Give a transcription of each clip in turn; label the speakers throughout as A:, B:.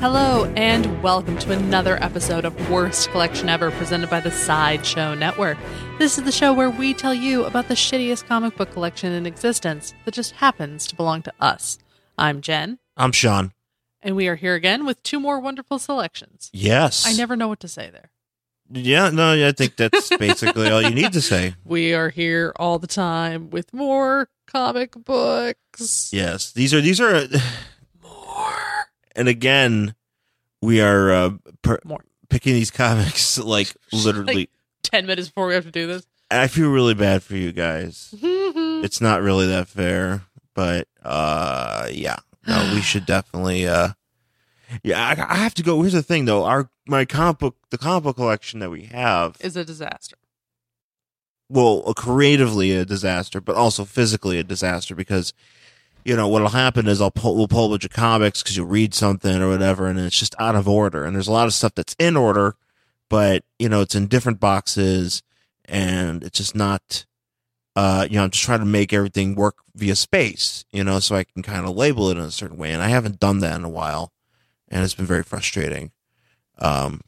A: Hello, and welcome to another episode of Worst Collection Ever presented by the Sideshow Network. This is the show where we tell you about the shittiest comic book collection in existence that just happens to belong to us. I'm Jen,
B: I'm Sean.
A: and we are here again with two more wonderful selections.
B: Yes.
A: I never know what to say there.
B: Yeah, no, I think that's basically all you need to say.
A: We are here all the time with more comic books.
B: Yes. These are, these are,
A: More.
B: and again, we are uh, per-
A: More.
B: picking these comics like literally.
A: 10 minutes before we have to do this.
B: I feel really bad for you guys.
A: Mm-hmm.
B: It's not really that fair, but uh, yeah. No, we should definitely. Uh, yeah, I, I have to go. Here's the thing, though. Our my comic book, the comic book collection that we have,
A: is a disaster.
B: well, creatively a disaster, but also physically a disaster because, you know, what'll happen is I'll pull, we'll pull a bunch of comics because you'll read something or whatever, and it's just out of order. And there's a lot of stuff that's in order, but, you know, it's in different boxes and it's just not, uh, you know, I'm just trying to make everything work via space, you know, so I can kind of label it in a certain way. And I haven't done that in a while, and it's been very frustrating. Um,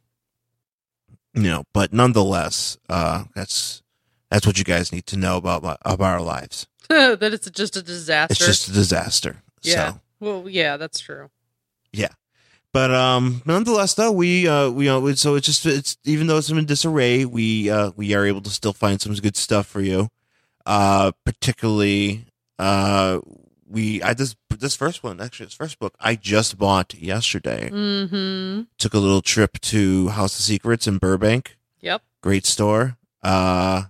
B: you know, but nonetheless, uh, that's that's what you guys need to know about my, about our lives.
A: that it's just a disaster.
B: It's just a disaster.
A: Yeah.
B: So,
A: Well, yeah, that's true.
B: but um, nonetheless, though we uh we uh, so it's just it's even though it's in disarray, we uh we are able to still find some good stuff for you. Uh, particularly uh we I this this first one actually this first book I just bought yesterday.
A: Mm-hmm.
B: Took a little trip to House of Secrets in Burbank.
A: Yep.
B: great store. Uh,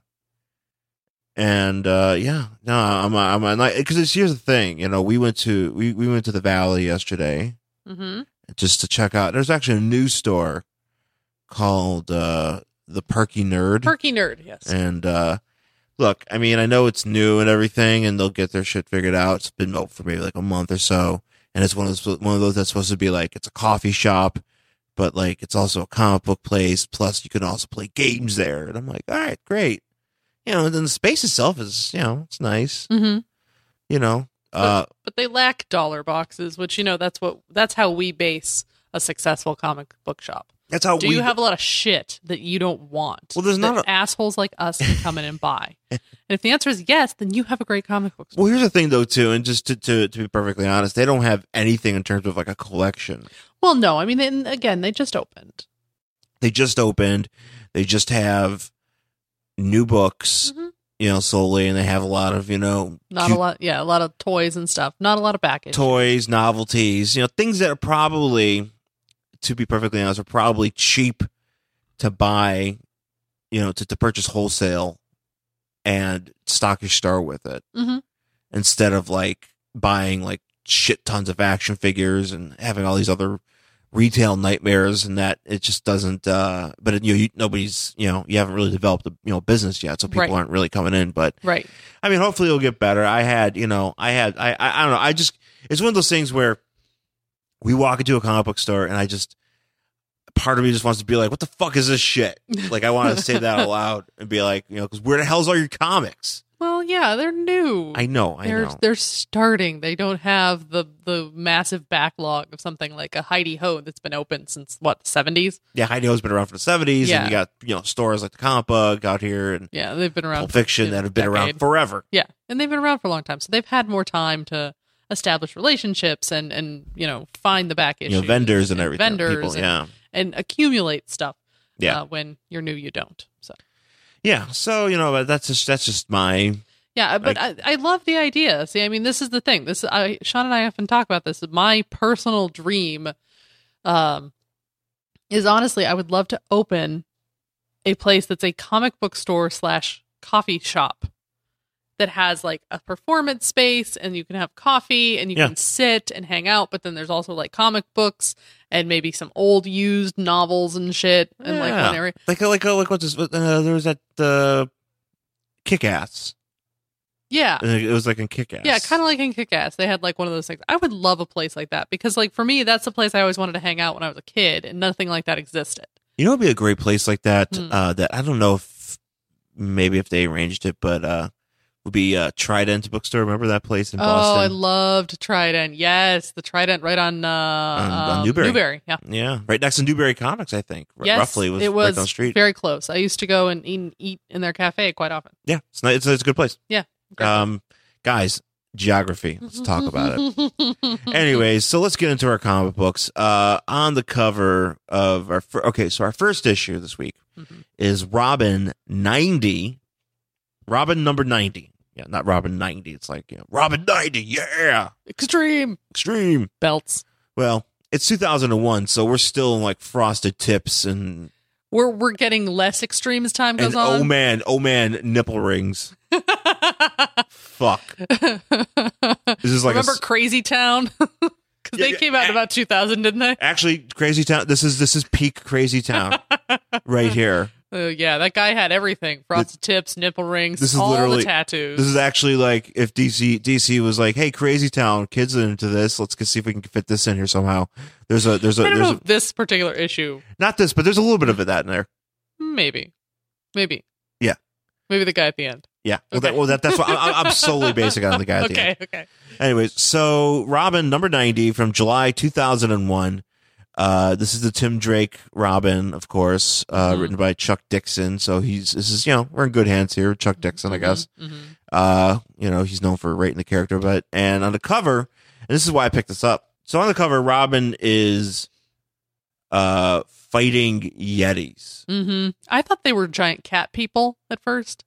B: and uh, yeah, no, I'm I'm I'm because here's the thing, you know, we went to we, we went to the Valley yesterday
A: Mm-hmm.
B: just to check out. There's actually a new store called uh, the Perky Nerd,
A: Perky nerd. Yes.
B: and uh, look, I mean, I know it's new and everything, and they'll get their shit figured out. It's been open for maybe like a month or so, and it's one of those one of those that's supposed to be like it's a coffee shop, but like it's also a comic book place. Plus, you can also play games there, and I'm like, all right, great. You know, and then the space itself is you know it's nice.
A: Mm-hmm.
B: You know, uh,
A: But they lack dollar boxes, which you know that's what that's how we base a successful comic book shop.
B: that's how
A: Do
B: we
A: you have a lot of shit that you don't want?
B: Well, there's
A: that
B: not a-
A: assholes like us can come in and buy. And if the answer is yes, then you have a great comic book. Store.
B: Well, here's the thing, though, too, and just to, to to be perfectly honest, they don't have anything in terms of like a collection.
A: Well, no, I mean, and again, they just opened.
B: They just opened, they just have new books,
A: Mhm.
B: you know, solely, and they have a lot of you know
A: Not
B: cute
A: a lot, yeah, a lot of toys and stuff. Not a lot of package.
B: toys, novelties, you know, things that are probably, to be perfectly honest, are probably cheap to buy, you know, to to purchase wholesale and stock your store with it.
A: mm-hmm.
B: instead of like buying like shit tons of action figures and having all these other retail nightmares and that it just doesn't uh but it, you, you nobody's you know you haven't really developed a you know business yet so people
A: Right.
B: aren't really coming in but
A: Right.
B: i mean hopefully it'll get better i had you know i had I, I i don't know i just it's one of those things where we walk into a comic book store and i just part of me just wants to be like what the fuck is this shit like i want to say that out loud and be like you know because where the hell's all your comics
A: Well, yeah, they're new.
B: i know i
A: they're
B: know
A: they're starting. They don't have the the massive backlog of something like a Heidi Ho that's been open since what the seventies.
B: yeah, Heidi Ho's been around for the seventies,
A: Yeah.
B: and you got you know stores like the Comic Bug out here and
A: Yeah, they've been around.
B: Pulp Fiction
A: for
B: that have been around
A: decade.
B: forever.
A: yeah, and they've been around for a long time, so they've had more time to establish relationships and and you know find the back issues,
B: You know, vendors and everything.
A: vendors,
B: People,
A: and,
B: yeah,
A: and accumulate stuff.
B: Yeah.
A: uh, when you're new, you don't. So
B: yeah. So you know, but that's just that's just my
A: Yeah, uh, but I, I love the idea. See, I mean, this is the thing. This I Sean and I often talk about this. My personal dream, um, is honestly, I would love to open a place that's a comic book store slash coffee shop that has like a performance space, and you can have coffee, and you
B: Yeah.
A: can sit and hang out. But then there's also like comic books and maybe some old used novels and shit, and like
B: Yeah.
A: one area.
B: like like uh, like what's this? Uh, there was that uh, Kick Ass.
A: Yeah,
B: It was like in Kick Ass.
A: Yeah, kind of like in Kick Ass. They had like one of those things. I would love a place like that because, like, for me, that's the place I always wanted to hang out when I was a kid, and nothing like that existed.
B: You know, it'd be a great place like that.
A: Hmm.
B: Uh, that I don't know if maybe if they arranged it, but uh, would be uh, Trident Bookstore. Remember that place in
A: Oh, I
B: Boston?
A: loved Trident. Yes, the Trident right on, uh,
B: on
A: um,
B: Newbury.
A: Yeah.
B: yeah, right next to Newberry Comics, I think. R-
A: Yes,
B: roughly was,
A: it was
B: right down the street.
A: very close. I used to go and eat, eat in their cafe quite often.
B: yeah, it's, nice, it's it's a good place.
A: Yeah, great. Mm-hmm,
B: Um, guys, geography. Let's talk about it.
A: it.
B: Anyways, so let's get into our comic books. Uh, on the cover of our fir- okay, so our first issue this week
A: Mhm.
B: is Robin ninety, Robin number ninety. Yeah, not Robin ninety. It's like you know, Robin ninety. Yeah,
A: Extreme
B: extreme.
A: belts.
B: Well, it's two thousand and one, so we're still in like frosted tips and
A: We're we're getting less extreme as time goes
B: and oh
A: on.
B: man, oh man, nipple rings. Fuck, this is like a
A: Remember
B: s-
A: Crazy Town? Because
B: Yeah,
A: they
B: yeah.
A: came out in about 2000, didn't they?
B: actually crazy town. This is this is peak crazy town right here.
A: Oh yeah, that guy had everything: frosted tips, nipple rings,
B: this is
A: all
B: literally-
A: the tattoos.
B: This is actually like if DC DC was like, "Hey, Crazy Town kids are into this. Let's see if we can fit this in here somehow." There's a there's a
A: I don't
B: there's
A: know
B: a,
A: if this particular issue.
B: not this, but there's a little bit of it that in there.
A: Maybe, maybe.
B: Yeah.
A: Maybe the guy at the end.
B: Yeah. Well, that
A: Okay.
B: well that that's what I'm, I'm solely basing it on the guy. At the end.
A: Okay. Okay.
B: Anyways, so Robin number ninety from July two thousand and one. Uh, this is the Tim Drake Robin, of course, uh,
A: Mhm.
B: written by Chuck Dixon. So he's this is you know we're in good hands here, with Chuck Dixon, I guess.
A: Mhm,
B: Uh, you know, he's known for writing the character, but and on the cover, and this is why I picked this up. So on the cover, Robin is uh fighting Yetis.
A: mhm, mhm. I thought they were giant cat people at first.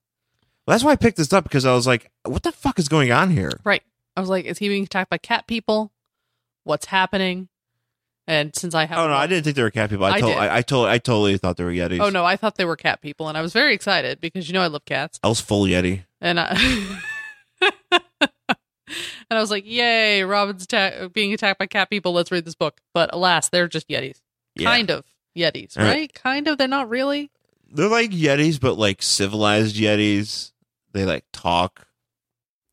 B: Well, that's why I picked this up because I was like, what the fuck is going on here?
A: Right. I was like, is he being attacked by cat people? What's happening? And since I have,
B: Oh no, I didn't think they were cat people. I,
A: I
B: told
A: did.
B: I, I told I totally thought they were Yetis.
A: Oh no, I thought they were cat people, and I was very excited because you know I love cats.
B: I was full Yeti.
A: and I and I was like, "Yay, Robin's atta- being attacked by cat people. Let's read this book." But alas, they're just yetis,
B: Yeah. Uh-huh.
A: kind of yetis,
B: All
A: right?
B: right.
A: Kind of. They're not really.
B: They're like Yetis, but like civilized Yetis. They like talk.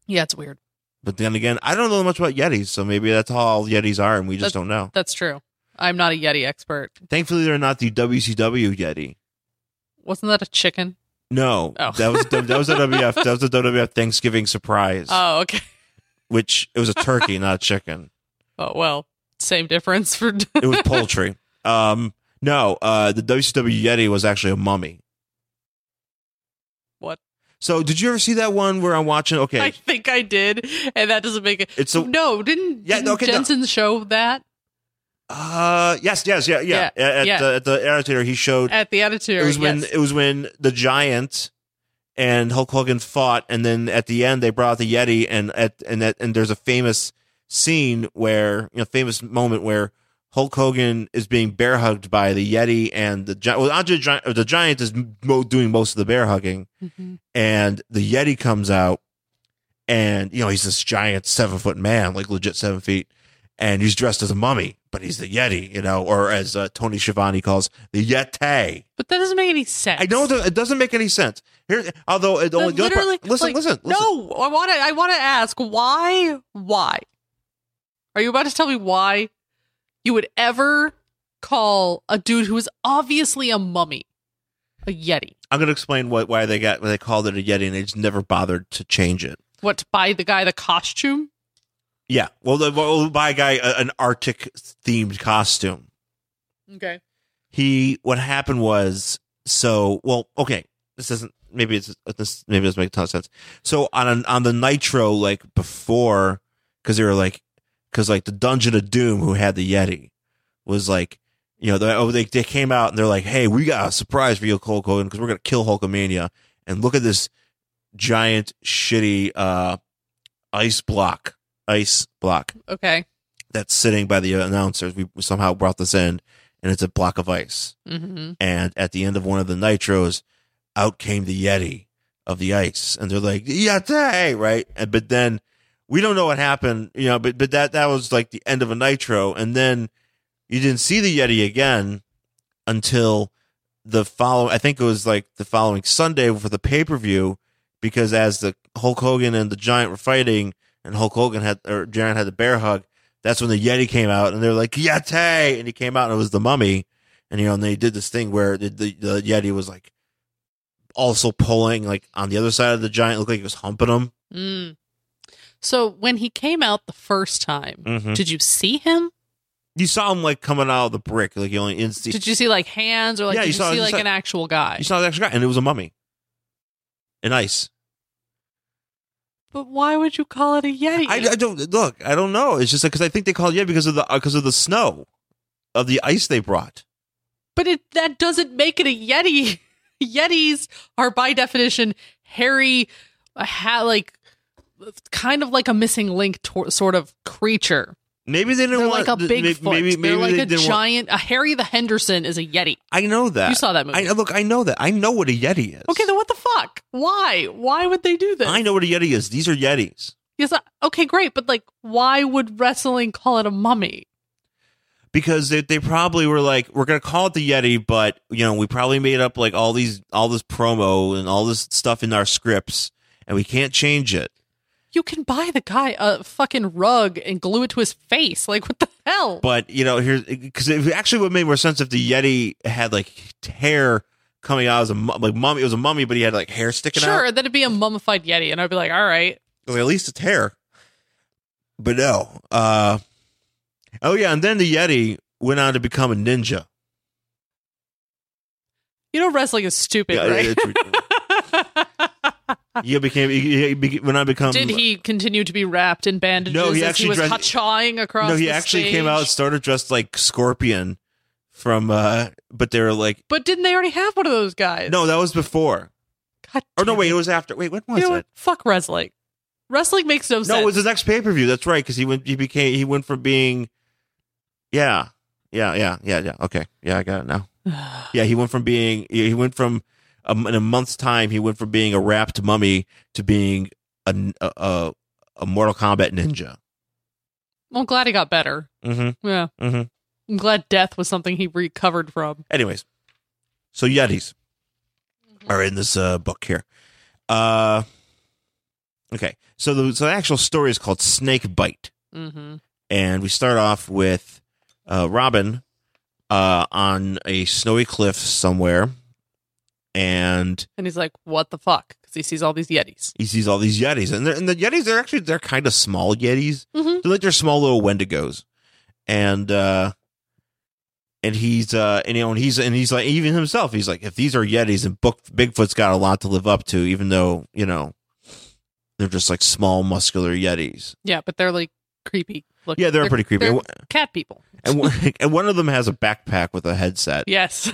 A: Yeah, it's weird.
B: But then again, I don't know much about Yetis, so maybe that's how all Yetis are, and we
A: That's-
B: just don't know.
A: That's true. I'm not a yeti expert.
B: Thankfully, they're not the WCW Yeti.
A: Wasn't that a chicken?
B: No,
A: Oh.
B: that was that was a WF that was a WWF Thanksgiving surprise,
A: Oh, okay.
B: which it was a turkey, not a chicken.
A: Oh well, same difference for.
B: It was poultry. um, no, uh, the WCW Yeti was actually a mummy.
A: What?
B: So, did you ever see that one where I'm watching? Okay,
A: I think I did, and that doesn't make it.
B: it's a
A: no, didn't,
B: Yeah,
A: didn't
B: okay, no.
A: Jensen show that
B: uh, yes, yes, yeah, yeah. at,
A: yeah.
B: The, at the annotator, he showed
A: at the attitude?
B: it was when it was when the giant and Hulk Hogan fought, and then at the end they brought out the Yeti, and at and that and there's a famous scene where you know famous moment where Hulk Hogan is being bear hugged by the Yeti and the giant. Well, Andre the Giant, the giant is mo- doing most of the bear hugging,
A: Mhm.
B: and the Yeti comes out, and you know he's this giant seven foot man, like legit seven feet, and he's dressed as a mummy, but he's the Yeti, you know, or as uh, Tony Schiavone calls the Yeti.
A: but that doesn't make any sense.
B: I don't. It doesn't make any sense. Here, although it only the other part-
A: literally,
B: listen,
A: like,
B: listen, listen.
A: No, I want to. I want to ask why? Why are you about to tell me why you would ever call a dude who is obviously a mummy a yeti?
B: I'm going to explain what why they got why they called it a yeti and they just never bothered to change it.
A: What by the guy the costume?
B: Yeah. Well, the well, by a guy a, an Arctic themed costume.
A: Okay,
B: He what happened was so well okay. This doesn't maybe it's this maybe it doesn't make a ton of sense. So on an, on the Nitro like before because they were like because like the Dungeon of Doom who had the Yeti was like you know they oh they they came out and they're like hey we got a surprise for you Hulk Hogan because we're gonna kill Hulkamania and look at this giant shitty uh ice block ice block
A: okay,
B: that's sitting by the announcers we somehow brought this in and it's a block of ice
A: mm-hmm.
B: and at the end of one of the nitros, out came the Yeti of the ice, and they're like Yeti, right? And but then we don't know what happened, you know. But but that that was like the end of a nitro, and then you didn't see the Yeti again until the follow. I think it was like the following Sunday for the pay per view, because as the Hulk Hogan and the Giant were fighting, and Hulk Hogan had or Giant had the bear hug. That's when the Yeti came out, and they're like Yeti, and he came out, and it was the Mummy and you know, and they did this thing where the, the, the Yeti was like also pulling like on the other side of the giant, looked like he was humping him.
A: Mm. So when he came out the first time,
B: Mm-hmm.
A: did you see him?
B: You saw him like coming out of the brick, like you only insta-
A: Did you see like hands or like
B: Yeah,
A: did
B: you
A: you,
B: saw-
A: see
B: you
A: like
B: saw-
A: an actual guy?
B: you saw the extra guy, and it was a mummy, in ice.
A: but why would you call it a yeti?
B: I, I don't look. I don't know. It's just because I think they called yeah because of the because of the snow, of the ice they brought.
A: but it, that doesn't make it a yeti. Yetis are by definition hairy, ha- like kind of like a missing link tor- sort of creature.
B: Maybe they didn't
A: They're
B: want
A: like a
B: th-
A: big
B: may- Maybe, maybe
A: They're like
B: they
A: a
B: didn't want-
A: giant. a Harry the Henderson is a yeti.
B: I know that.
A: You saw that movie.
B: I look. I know that. I know what a yeti is.
A: okay, then what the fuck? Why? Why would they do this?
B: I know what a yeti is. These are yetis
A: Yes. I- Okay, great. But like, why would wrestling call it a mummy?
B: because they, they probably were like, we're gonna call it the yeti, but you know, we probably made up like all these all this promo and all this stuff in our scripts, and we can't change it.
A: You can buy the guy a fucking rug and glue it to his face. Like, what the hell?
B: But you know, here's because it actually would make more sense if the yeti had like hair coming out as a mu- like mummy. It was a mummy, but he had like hair sticking out.
A: sure, then it'd be a mummified yeti, and I'd be like, all right.
B: Because at least it's hair. But no. Uh, oh yeah, and then the Yeti went on to become a ninja.
A: You know, wrestling is stupid,
B: Yeah,
A: right?
B: it's ridiculous. he became he, he be- went on to become.
A: Did he continue to be wrapped in bandages?
B: No, he
A: as
B: actually
A: was
B: dressed-
A: hachawing across.
B: No, he
A: the
B: actually
A: stage?
B: came out started dressed like Scorpion from. uh But they were like,
A: But didn't they already have one of those guys?
B: no, that was before.
A: God
B: Or no,
A: damn
B: wait,
A: it.
B: it was after. Wait, when was
A: you know
B: it?
A: what? Fuck wrestling. Wrestling makes no,
B: No,
A: sense.
B: it was his next pay per view. That's right, because he went. He became. He went from being. Yeah, yeah, yeah, yeah, yeah. Okay, yeah, I got it now. Yeah, he went from being he went from um, in a month's time he went from being a wrapped mummy to being a a, a Mortal Kombat ninja.
A: I'm glad he got better.
B: Mm-hmm.
A: Yeah,
B: Mm-hmm.
A: I'm glad death was something he recovered from.
B: Anyways, so Yetis are in this uh, book here. Uh, okay, so the so the actual story is called Snake Bite,
A: Mm-hmm.
B: and we start off with uh, Robin uh, on a snowy cliff somewhere, and
A: And he's like, "What the fuck?" Because he sees all these Yetis.
B: he sees all these yetis, and, they're- and the yetis they're actually they're kind of small yetis.
A: Mhm.
B: They're like they're small little Wendigos, and uh, and he's uh, and you know, and he's and he's like even himself, he's like, if these are yetis, and Book, Bigfoot's got a lot to live up to, even though you know they're just like small muscular yetis.
A: Yeah, but they're like creepy. Looking.
B: Yeah, they're, pretty creepy.
A: they're
B: And,
A: cat people.
B: and one- and one of them has a backpack with a headset,
A: Yes,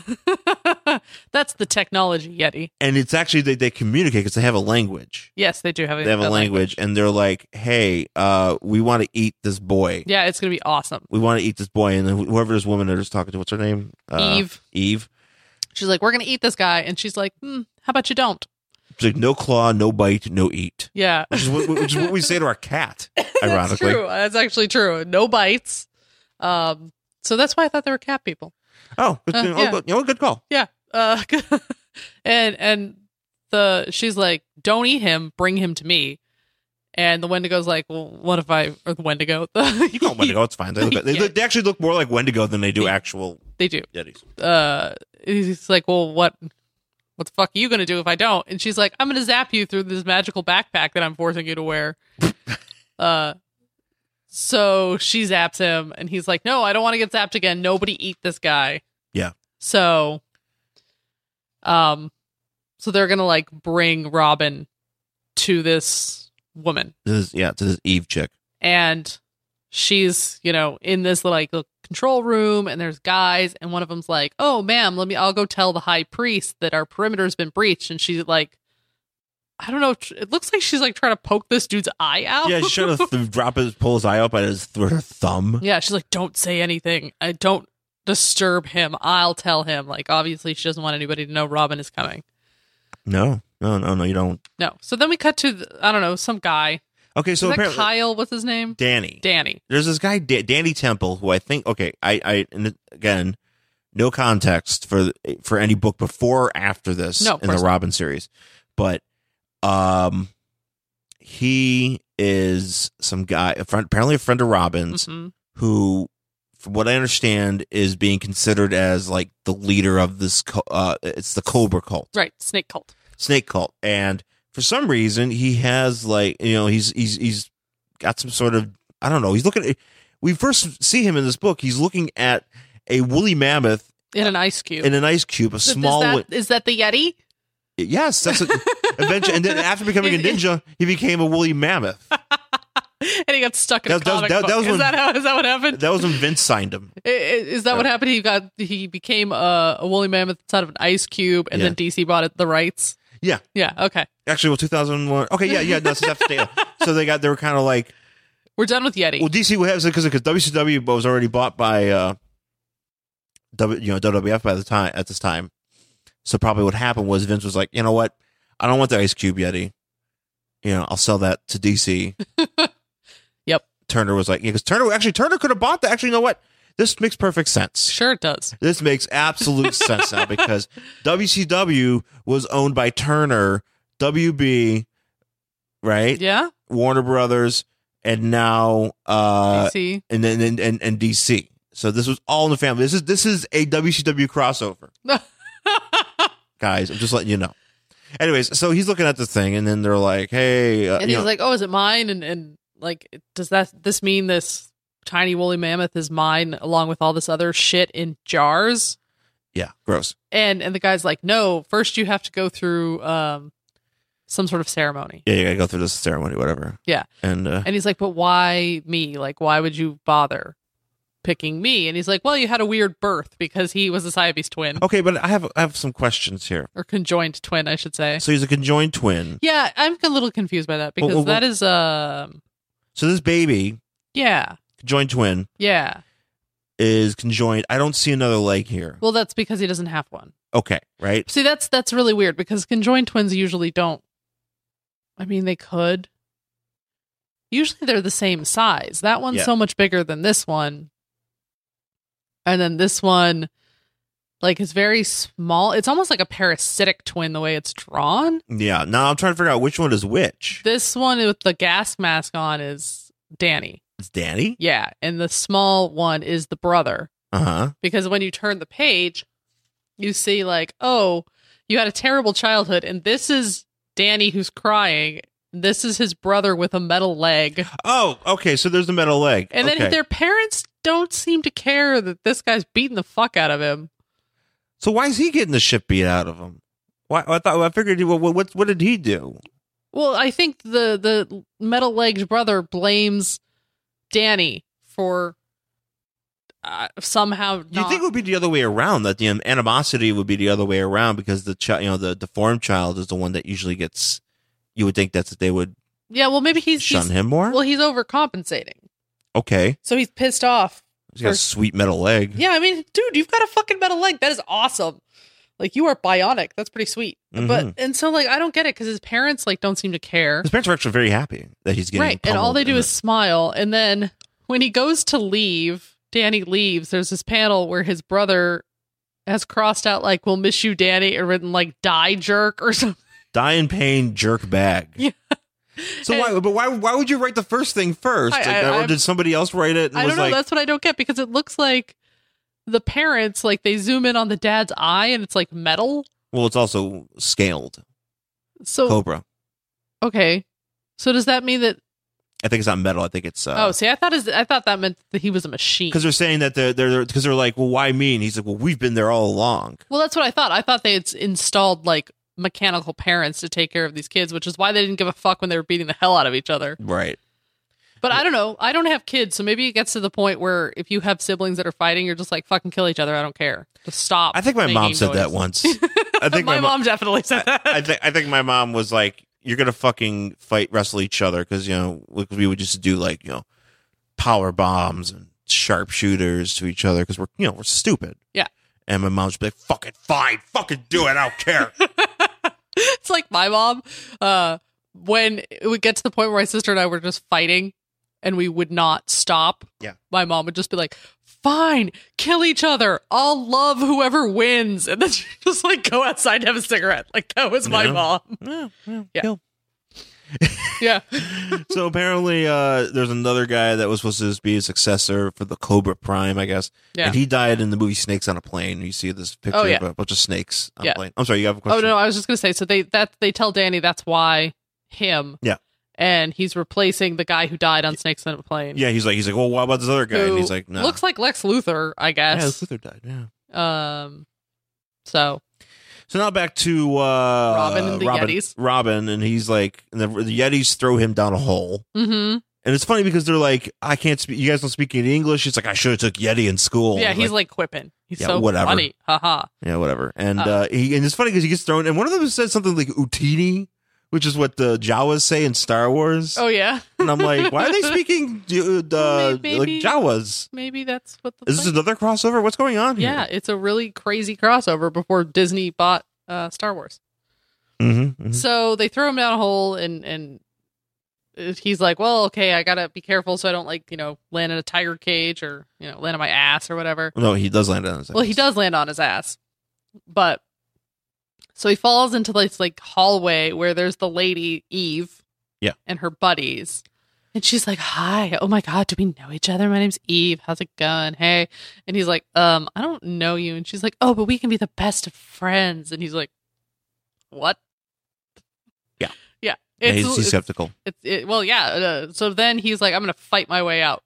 A: that's the technology Yeti.
B: and it's actually they they communicate because they have a language.
A: Yes, they do have.
B: They have a language, and they're like, "Hey, uh, we want to eat this boy."
A: Yeah, it's gonna be awesome.
B: we want to eat this boy and then whoever this woman is talking to what's her name Uh,
A: Eve,
B: eve
A: she's like, "We're gonna eat this guy," and she's like, hmm, "How about you don't?"
B: She's like no claw no bite no eat
A: Yeah,
B: which is what, which is what we say to our cat
A: that's
B: ironically
A: true. That's actually true. No bites. Um, so that's why I thought they were cat people.
B: oh, good,
A: Uh,
B: oh,
A: yeah.
B: good, you know, good call
A: Yeah. Uh, and and the she's like, "Don't eat him. Bring him to me." And the Wendigo's like, "Well, what if I or the Wendigo?
B: you call them wendigo it's fine they, look, they,
A: Yeah.
B: they actually look more like wendigo than they do actual
A: they do.
B: yetis
A: Uh, he's like, "Well, what?" What the fuck are you gonna do if I don't? And she's like, I'm gonna zap you through this magical backpack that I'm forcing you to wear. uh, so she zaps him, and he's like, No, I don't want to get zapped again. Nobody eat this guy.
B: Yeah.
A: So, um, so they're gonna like bring Robin to this woman,
B: this is yeah this is eve chick
A: and she's you know in this like little control room and there's guys and one of them's like oh ma'am let me i'll go tell the high priest that our perimeter's been breached and she's like i don't know it looks like she's like trying to poke this dude's eye out
B: yeah she tried to th- drop his pull his eye up at his with her thumb
A: yeah she's like don't say anything i don't disturb him i'll tell him like obviously she doesn't want anybody to know robin is coming
B: no no no no you don't
A: no so then we cut to the, i don't know some guy
B: okay so
A: is that
B: apparently
A: kyle what's his name
B: danny
A: danny
B: there's this guy da- Danny Temple who I think okay I I and again no context for for any book before or after this
A: No, of
B: in the
A: course not.
B: Robin series but um he is some guy a friend, apparently a friend of Robin's
A: Mhm.
B: who from what I understand is being considered as like the leader of this co- uh it's the Cobra cult
A: right snake cult
B: Snake Cult, and for some reason he has like you know he's he's he's got some sort of I don't know. He's looking. at We first see him in this book. He's looking at a woolly mammoth
A: in an ice cube.
B: in an ice cube, a
A: Is- is
B: small
A: that-
B: one.
A: is that the Yeti?
B: Yes, that's a, eventually. And then after becoming a ninja, he became a woolly mammoth.
A: and he got stuck in
B: That-
A: a
B: that was-
A: comic
B: that-
A: book.
B: that was
A: is
B: when-
A: that how is that what happened?
B: That was when Vince signed him.
A: I- i- Is that what
B: Yeah.
A: happened? He got he became a, a woolly mammoth inside of an ice cube, and then DC bought it the rights.
B: Yeah.
A: yeah, okay.
B: Actually, well, 2001. Okay, yeah, yeah, that's that's data. So they got they were kind of like
A: We're done with Yeti.
B: well, DC would have because because WCW was already bought by uh, w, you know WWF by the time at this time. So probably what happened was Vince was like, you know what, I don't want the Ice Cube Yeti. You know, I'll sell that to DC.
A: Yep.
B: Turner was like, yeah, because Turner actually Turner could have bought that. Actually, you know what? This makes perfect sense.
A: sure, it does.
B: This makes absolute sense now because WCW was owned by Turner, WB, right?
A: Yeah,
B: Warner Brothers, and now uh
A: DC.
B: and then and, and and DC. So this was all in the family. This is this is a WCW crossover, guys. I'm just letting you know. Anyways, so he's looking at the thing, and then they're like, "Hey, uh,
A: and
B: you
A: he's
B: know,
A: like, "Oh, is it mine?" And and like, does that this mean this tiny woolly mammoth is mine along with all this other shit in jars?
B: yeah, gross."
A: And and the guy's like, "No, first you have to go through um some sort of ceremony."
B: Yeah, you gotta go through this ceremony, whatever.
A: Yeah.
B: and uh,
A: And he's like, "But why me? Like, why would you bother picking me?" And he's like, "Well, you had a weird birth because he was a Cybes twin
B: okay, but I have I have some questions here.
A: or conjoined twin, I should say."
B: So he's a conjoined twin.
A: Yeah, I'm a little confused by that because
B: well, well-
A: that is um
B: So this baby,
A: yeah
B: conjoined twin,
A: yeah.
B: is conjoined. I don't see another leg here.
A: Well, that's because he doesn't have one.
B: Okay, right?
A: See, that's that's really weird because conjoined twins usually don't. I mean, they could. Usually, they're the same size. That one's
B: Yeah.
A: so much bigger than this one, and then this one, like, is very small. It's almost like a parasitic twin the way it's drawn.
B: Yeah. Now I'm trying to figure out which one is which.
A: This one with the gas mask on is Danny.
B: It's Danny.
A: Yeah, and the small one is the brother.
B: Uh huh.
A: because when you turn the page, you see like, oh, you had a terrible childhood, and this is Danny who's crying. This is his brother with a metal leg,
B: Oh, okay. So there's the metal leg.
A: and
B: okay.
A: then their parents don't seem to care that this guy's beating the fuck out of him.
B: So why is he getting the shit beat out of him? Why I thought I figured. Well, what what, what did he do?
A: Well, I think the the metal legged brother blames Danny for uh, somehow.
B: You
A: Not-
B: think it would be the other way around? That the um, animosity would be the other way around because the child, you know, the deformed child is the one that usually gets. You would think that's they would
A: yeah, well, maybe he's,
B: shun
A: he's
B: him more.
A: well, he's overcompensating,
B: okay,
A: so he's pissed off
B: he's got a
A: for-
B: sweet metal leg.
A: Yeah, I mean, dude, you've got a fucking metal leg. That is awesome. Like you are bionic. That's pretty sweet.
B: Mm-hmm.
A: But and so like I don't get it because his parents like don't seem to care,
B: His parents were actually very happy that he's getting
A: right? And all
B: pummeled
A: they
B: in
A: do
B: the-
A: is smile. And then when he goes to leave, Danny leaves. There's this panel where his brother has crossed out like "We'll miss you, Danny" and written like "Die jerk" or something.
B: die in pain, jerk bag.
A: Yeah.
B: So why? But why? Why would you write the first thing first?
A: I-
B: Like,
A: I-
B: or
A: I'm-
B: did somebody else write it? And
A: I
B: was
A: don't know.
B: like,
A: That's what I don't get because it looks like the parents like they zoom in on the dad's eye and it's like metal.
B: well, it's also scaled
A: So
B: cobra.
A: okay, so does that mean that
B: I think it's not metal. I think it's
A: Oh,
B: uh,
A: see, I thought his, I thought that meant that he was a machine.
B: because they're saying that they're they're because they're like, well, why me? And he's like, well, we've been there all along.
A: Well, that's what I thought. I thought they had s- installed like mechanical parents to take care of these kids, which is why they didn't give a fuck when they were beating the hell out of each other.
B: Right.
A: But I don't know. I don't have kids, so maybe it gets to the point where if you have siblings that are fighting, you're just like fucking kill each other. I don't care. Just stop.
B: I think my
A: making
B: mom said
A: noise.
B: that once. I think
A: my,
B: my, mom.
A: mom definitely said that.
B: I think I think my mom was like, you're gonna fucking fight, wrestle each other because you know we we would just do like you know power bombs and sharpshooters to each other because we're you know we're stupid.
A: Yeah.
B: And my mom's like, fucking fine, fucking do it. I don't care.
A: it's like my mom uh when it would get to the point where my sister and i were just fighting and we would not stop
B: Yeah.
A: my mom would just be like fine kill each other i'll love whoever wins and then she'd just like go outside and have a cigarette like that was my
B: Yeah.
A: mom
B: yeah, yeah,
A: Yeah.
B: kill.
A: Yeah.
B: so apparently, uh, there's another guy that was supposed to be a successor for the Cobra Prime, I guess.
A: Yeah. Oh,
B: And he died in the movie Snakes on a Plane. You see this picture
A: yeah.
B: of a bunch of snakes on
A: Yeah.
B: a plane. I'm sorry, you have a
A: Oh
B: question.
A: no, I was just gonna say. So they that they tell Danny that's why him.
B: Yeah.
A: And he's replacing the guy who died on Snakes on a Plane.
B: Yeah, he's like, he's like, well, what about this other guy?
A: who
B: and he's like, no.
A: Looks like Lex Luthor, I
B: yeah,
A: guess.
B: Luther died. Yeah.
A: Um. So
B: So now back to uh,
A: Robin and the
B: Robin,
A: Yetis.
B: Robin, and he's like, and the, the Yetis throw him down a hole.
A: hmm
B: And it's funny because they're like, I can't speak. You guys don't speak any English. It's like I should have took Yeti in school.
A: yeah,
B: And
A: he's like, quipping. He's
B: Yeah,
A: so
B: whatever.
A: funny. Haha.
B: yeah, whatever. And
A: Uh.
B: uh, he and it's funny because he gets thrown. And one of them said something like Utini, which is what the Jawas say in Star Wars.
A: Oh yeah.
B: And I'm like, why are they speaking uh, uh,
A: Maybe-
B: like Jawas?
A: Maybe that's what the.
B: Is this
A: thing-
B: another crossover? What's going on here?
A: yeah, it's a really crazy crossover before Disney bought uh, Star Wars.
B: Mhm, mhm.
A: So they throw him down a hole, and and he's like, "Well, okay, I gotta be careful so I don't like you know land in a tiger cage or you know land on my ass or whatever."
B: No, he does land on his
A: Well, he
B: ass.
A: does land on his ass, but so he falls into this like hallway where there's the lady Eve,
B: Yeah.
A: and her buddies. And she's like, "Hi, oh my god, do we know each other? My name's Eve. How's it going? Hey." And he's like, "Um, I don't know you." And she's like, "Oh, but we can be the best of friends." And he's like, "What?"
B: Yeah.
A: yeah.
B: Yeah,
A: It's,
B: he's, he's skeptical.
A: it's it, well, yeah. Uh, so then he's like, I'm going to fight my way out.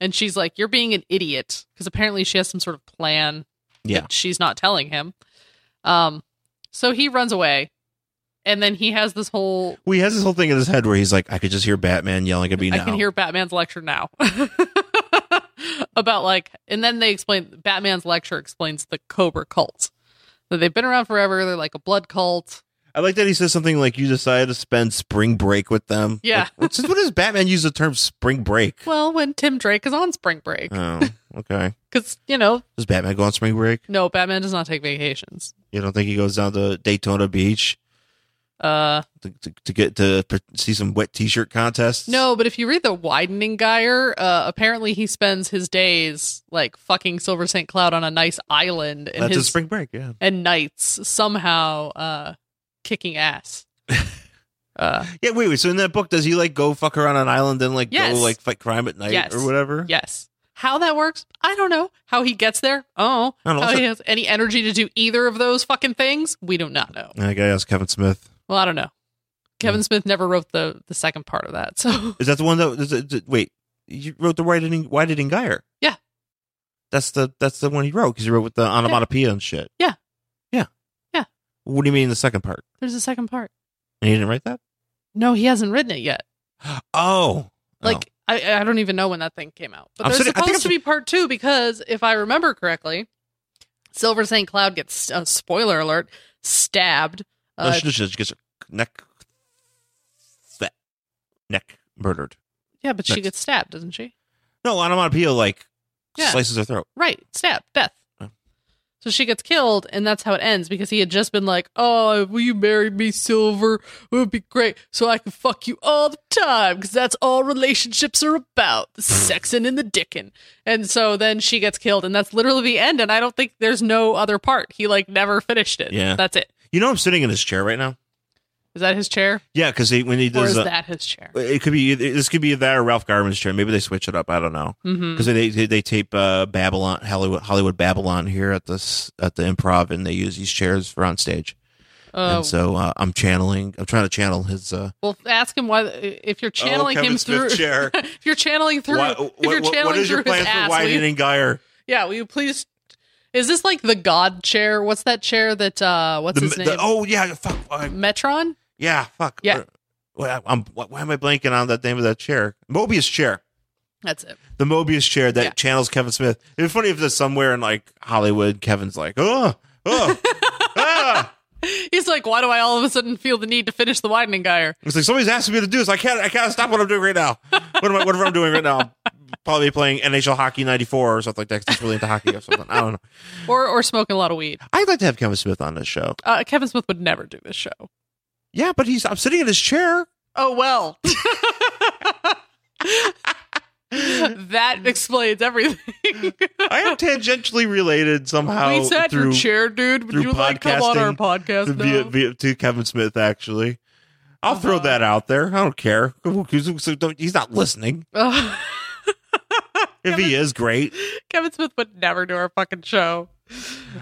A: And she's like, You're being an idiot. Because apparently she has some sort of plan
B: Yeah.
A: that she's not telling him. Um, so he runs away. And then he has this whole
B: Well, he has this whole thing in his head where he's like, I could just hear Batman yelling at me now.
A: I can hear Batman's lecture now. About like, and then they explain Batman's lecture explains the Cobra cult. That they've been around forever. They're like a blood cult.
B: I like that he says something like, "You decided to spend spring break with them."
A: Yeah.
B: Like, since when does Batman use the term spring break?
A: Well, when Tim Drake is on spring break,
B: Oh, okay.
A: because, you know,
B: Does Batman go on spring break?
A: no, Batman does not take vacations.
B: You don't think he goes down to Daytona Beach
A: Uh,
B: to, to, to get to per- see some wet T-shirt contests?
A: No, but if you read the widening guyer, uh, apparently he spends his days like fucking Silver St. Cloud on a nice island and
B: that's his,
A: his
B: spring break. Yeah,
A: and nights somehow uh, kicking ass. uh,
B: yeah. Wait, wait. So in that book, does he like go fuck her on an island and like
A: Yes.
B: go like fight crime at night
A: Yes.
B: or whatever?
A: yes. How that works, I don't know. How he gets there, oh,
B: I don't know.
A: how he has any energy to do either of those fucking things, we do not know.
B: I gotta ask Kevin Smith.
A: Well, I don't know. Kevin
B: Hmm.
A: Smith never wrote the the second part of that, so
B: Is that the one that? Is it, is it- wait, you wrote the Whitening Whitening Guyer.
A: Yeah.
B: that's the that's the one he wrote because he wrote with the onomatopoeia and shit.
A: Yeah.
B: yeah,
A: Yeah.
B: What do you mean the second part?
A: there's a second part.
B: And he didn't write that.
A: No, he hasn't written it yet.
B: Oh,
A: Like I, I don't even know when that thing came out. But
B: I'm
A: there's
B: sitting- I think
A: supposed
B: I'm
A: to be part two because if I remember correctly, Silver St. Cloud gets uh, spoiler alert stabbed.
B: Oh. No,
A: Uh,
B: she, she- she gets her neck that neck murdered.
A: yeah, but she
B: next.
A: gets stabbed, doesn't she?
B: No, onomatopoeia like
A: Yeah.
B: slices her throat.
A: Right, stabbed, death.
B: Oh.
A: So she gets killed, and that's how it ends because he had just been like, "Oh, will you marry me, Silver? It would be great, so I can fuck you all the time, because that's all relationships are about—the sexin' and the dickin'." And so then she gets killed, and that's literally the end. And I don't think there's no other part. He like never finished it.
B: Yeah.
A: that's it.
B: You know, I'm sitting in his chair right now.
A: Is that his chair,
B: Yeah, because when he
A: or
B: does,
A: is
B: uh,
A: that his chair?
B: it could be either, this could be that or Ralph Garman's chair. Maybe they switch it up. I don't know.
A: hmm
B: because they, they they tape uh, Babylon Hollywood Hollywood Babylon here at this at the Improv, and they use these chairs for on stage.
A: Oh,
B: and so uh, I'm channeling. I'm trying to channel his. Uh,
A: well, ask him why. If you're Oh, channeling him through,
B: chair.
A: if you're channeling through, if you're channeling through his ass, will you
B: widening Geyer?
A: Yeah, will you please? Is this like the God chair? What's that chair that? uh What's
B: The,
A: his name?
B: the, oh yeah, fuck. I-
A: Metron.
B: yeah, fuck.
A: Yeah.
B: Well, I'm, why am I blanking on that name of that chair? Mobius chair.
A: That's it.
B: The Mobius chair that
A: Yeah.
B: channels Kevin Smith. It'd be funny if there's somewhere in like Hollywood, Kevin's like, oh, oh, ah.
A: He's like, why do I all of a sudden feel the need to finish the widening guyer?
B: It's like somebody's asking me to do this. I can't. I can't stop what I'm doing right now. What am I? Whatever I'm doing right now, I'm probably playing NHL Hockey '94 or something like that. 'cause It's really into hockey or something. I don't know.
A: Or or smoking a lot of weed.
B: I'd like to have Kevin Smith on this show.
A: Uh, Kevin Smith would never do this show.
B: Yeah, but he's. I'm sitting in his chair.
A: Oh well. that explains everything.
B: I am tangentially related somehow
A: we sat
B: through
A: your chair, dude. Would
B: through
A: you like come on our podcast
B: via,
A: now?
B: via, to Kevin Smith actually. I'll throw
A: Uh-huh.
B: that out there. I don't care. He's not listening.
A: Ugh.
B: If he is, great.
A: Kevin Smith would never do our fucking show.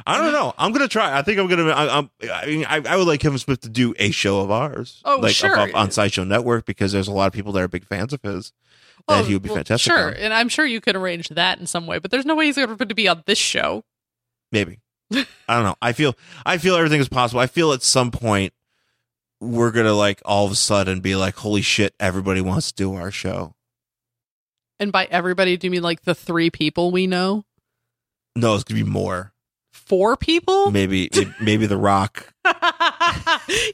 B: I don't know. I'm gonna try. I think I'm gonna. I, I'm. I, mean, I, I would like Kevin Smith to do a show of ours.
A: Oh,
B: like,
A: sure.
B: up- up on Sideshow Network because there's a lot of people that are big fans of his. That he would be
A: well,
B: fantastic.
A: Sure,
B: on.
A: and I'm sure you could arrange that in some way, but there's no way he's ever going to be on this show.
B: Maybe. I don't know. I feel. I feel everything is possible. I feel at some point we're gonna like all of a sudden be like, holy shit, everybody wants to do our show.
A: And by everybody, do you mean like the three people we know?
B: No, it's gonna be more.
A: Four people?
B: Maybe. Maybe The Rock.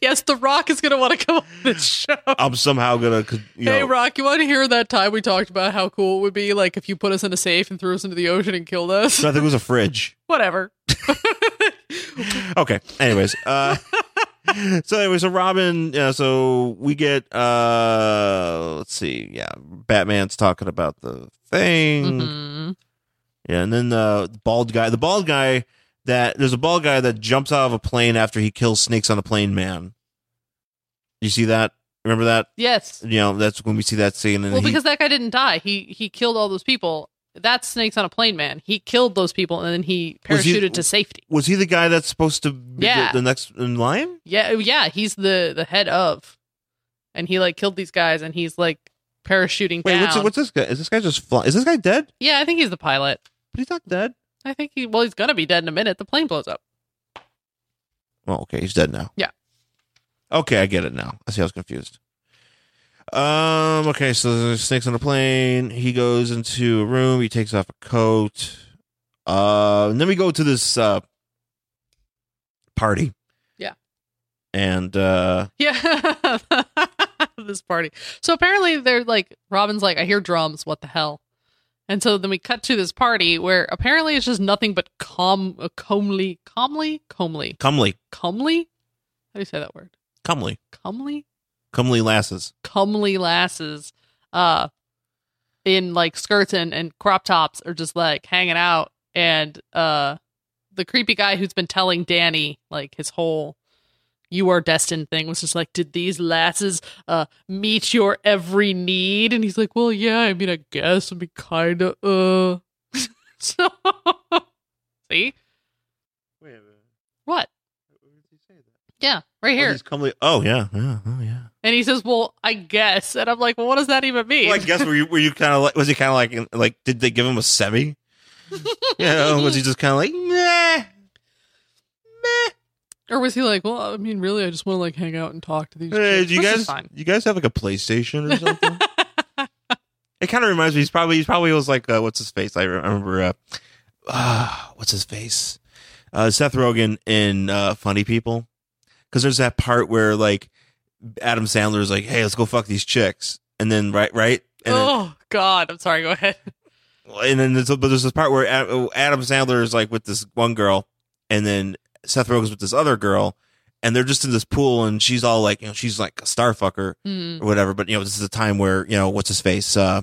A: yes, The Rock is going to want to come on this show.
B: I'm somehow gonna. You know,
A: Hey, Rock, you want to hear that time we talked about how cool it would be, like if you put us in a safe and threw us into the ocean and killed us?
B: So I think it was a fridge.
A: Whatever.
B: Okay. Anyways, uh, so anyway, so Robin, yeah, so we get uh, let's see, yeah, Batman's talking about the thing,
A: Mhm.
B: yeah, and then the bald guy, the bald guy that there's a bald guy that jumps out of a plane after he kills snakes on a plane, man. You see that? Remember that?
A: Yes.
B: You know, that's when we see that scene, and
A: Well,
B: he-
A: because that guy didn't die. He he killed all those people. That's snakes on a plane, man. He killed those people and then he
B: Was he-
A: parachuted to safety.
B: was he the guy that's supposed to be
A: Yeah.
B: the, the next in line?
A: Yeah, oh, yeah. He's the the head of, and he like killed these guys and he's like parachuting
B: Wait,
A: down.
B: what's what's this guy? Is this guy just flying? Is this guy dead?
A: yeah, I think he's the pilot.
B: But he's not dead.
A: I think he. Well, he's gonna be dead in a minute. The plane blows up.
B: Oh, okay, he's dead now.
A: Yeah.
B: Okay, I get it now. I see. I was confused. Um. Okay, so there's snakes on a plane. He goes into a room. He takes off a coat. Uh. And then we go to this uh party.
A: Yeah.
B: And uh
A: Yeah, this party. So apparently they're like Robin's like I hear drums. What the hell? And so then we cut to this party where apparently it's just nothing but com uh, comely comely comely
B: comely,
A: comely. How do you say that word?
B: comely,
A: Comely
B: comely lasses.
A: comely lasses uh in like skirts and, and crop tops are just like hanging out and uh the creepy guy who's been telling danny like his whole you are destined thing was just like did these lasses uh meet your every need and he's like well yeah i mean i guess it'd be kind of uh so see
B: Wait a minute.
A: what
B: Where did he say that?
A: yeah right
B: Oh,
A: here
B: these comely. Oh yeah. Yeah. Oh yeah.
A: and he says well i guess and i'm like well what does that even mean
B: Well, I guess were you were you kind of like was he kind of like like did they give him a semi? you know, was he just kind of like nah, Uh, meh?
A: Or was he like, well, I mean, really, I just want to like hang out and talk to these.
B: Hey,
A: chicks.
B: do you
A: Which
B: guys
A: is fine.
B: you guys have like a PlayStation or something? it kind of reminds me. He's probably he's probably was like uh, what's his face? I remember uh, uh what's his face? Uh, Seth Rogen in uh, Funny People because there's that part where like Adam Sandler is like, hey, let's go fuck these chicks, and then right right. And then,
A: oh God, I'm sorry. Go ahead.
B: and then there's, but there's this part where Ad- Adam Sandler is like with this one girl, and then Seth Rogen's with this other girl, and they're just in this pool, and she's all like, you know, she's like a star fucker
A: Hmm.
B: or whatever. But you know, this is a time where you know what's his face, uh,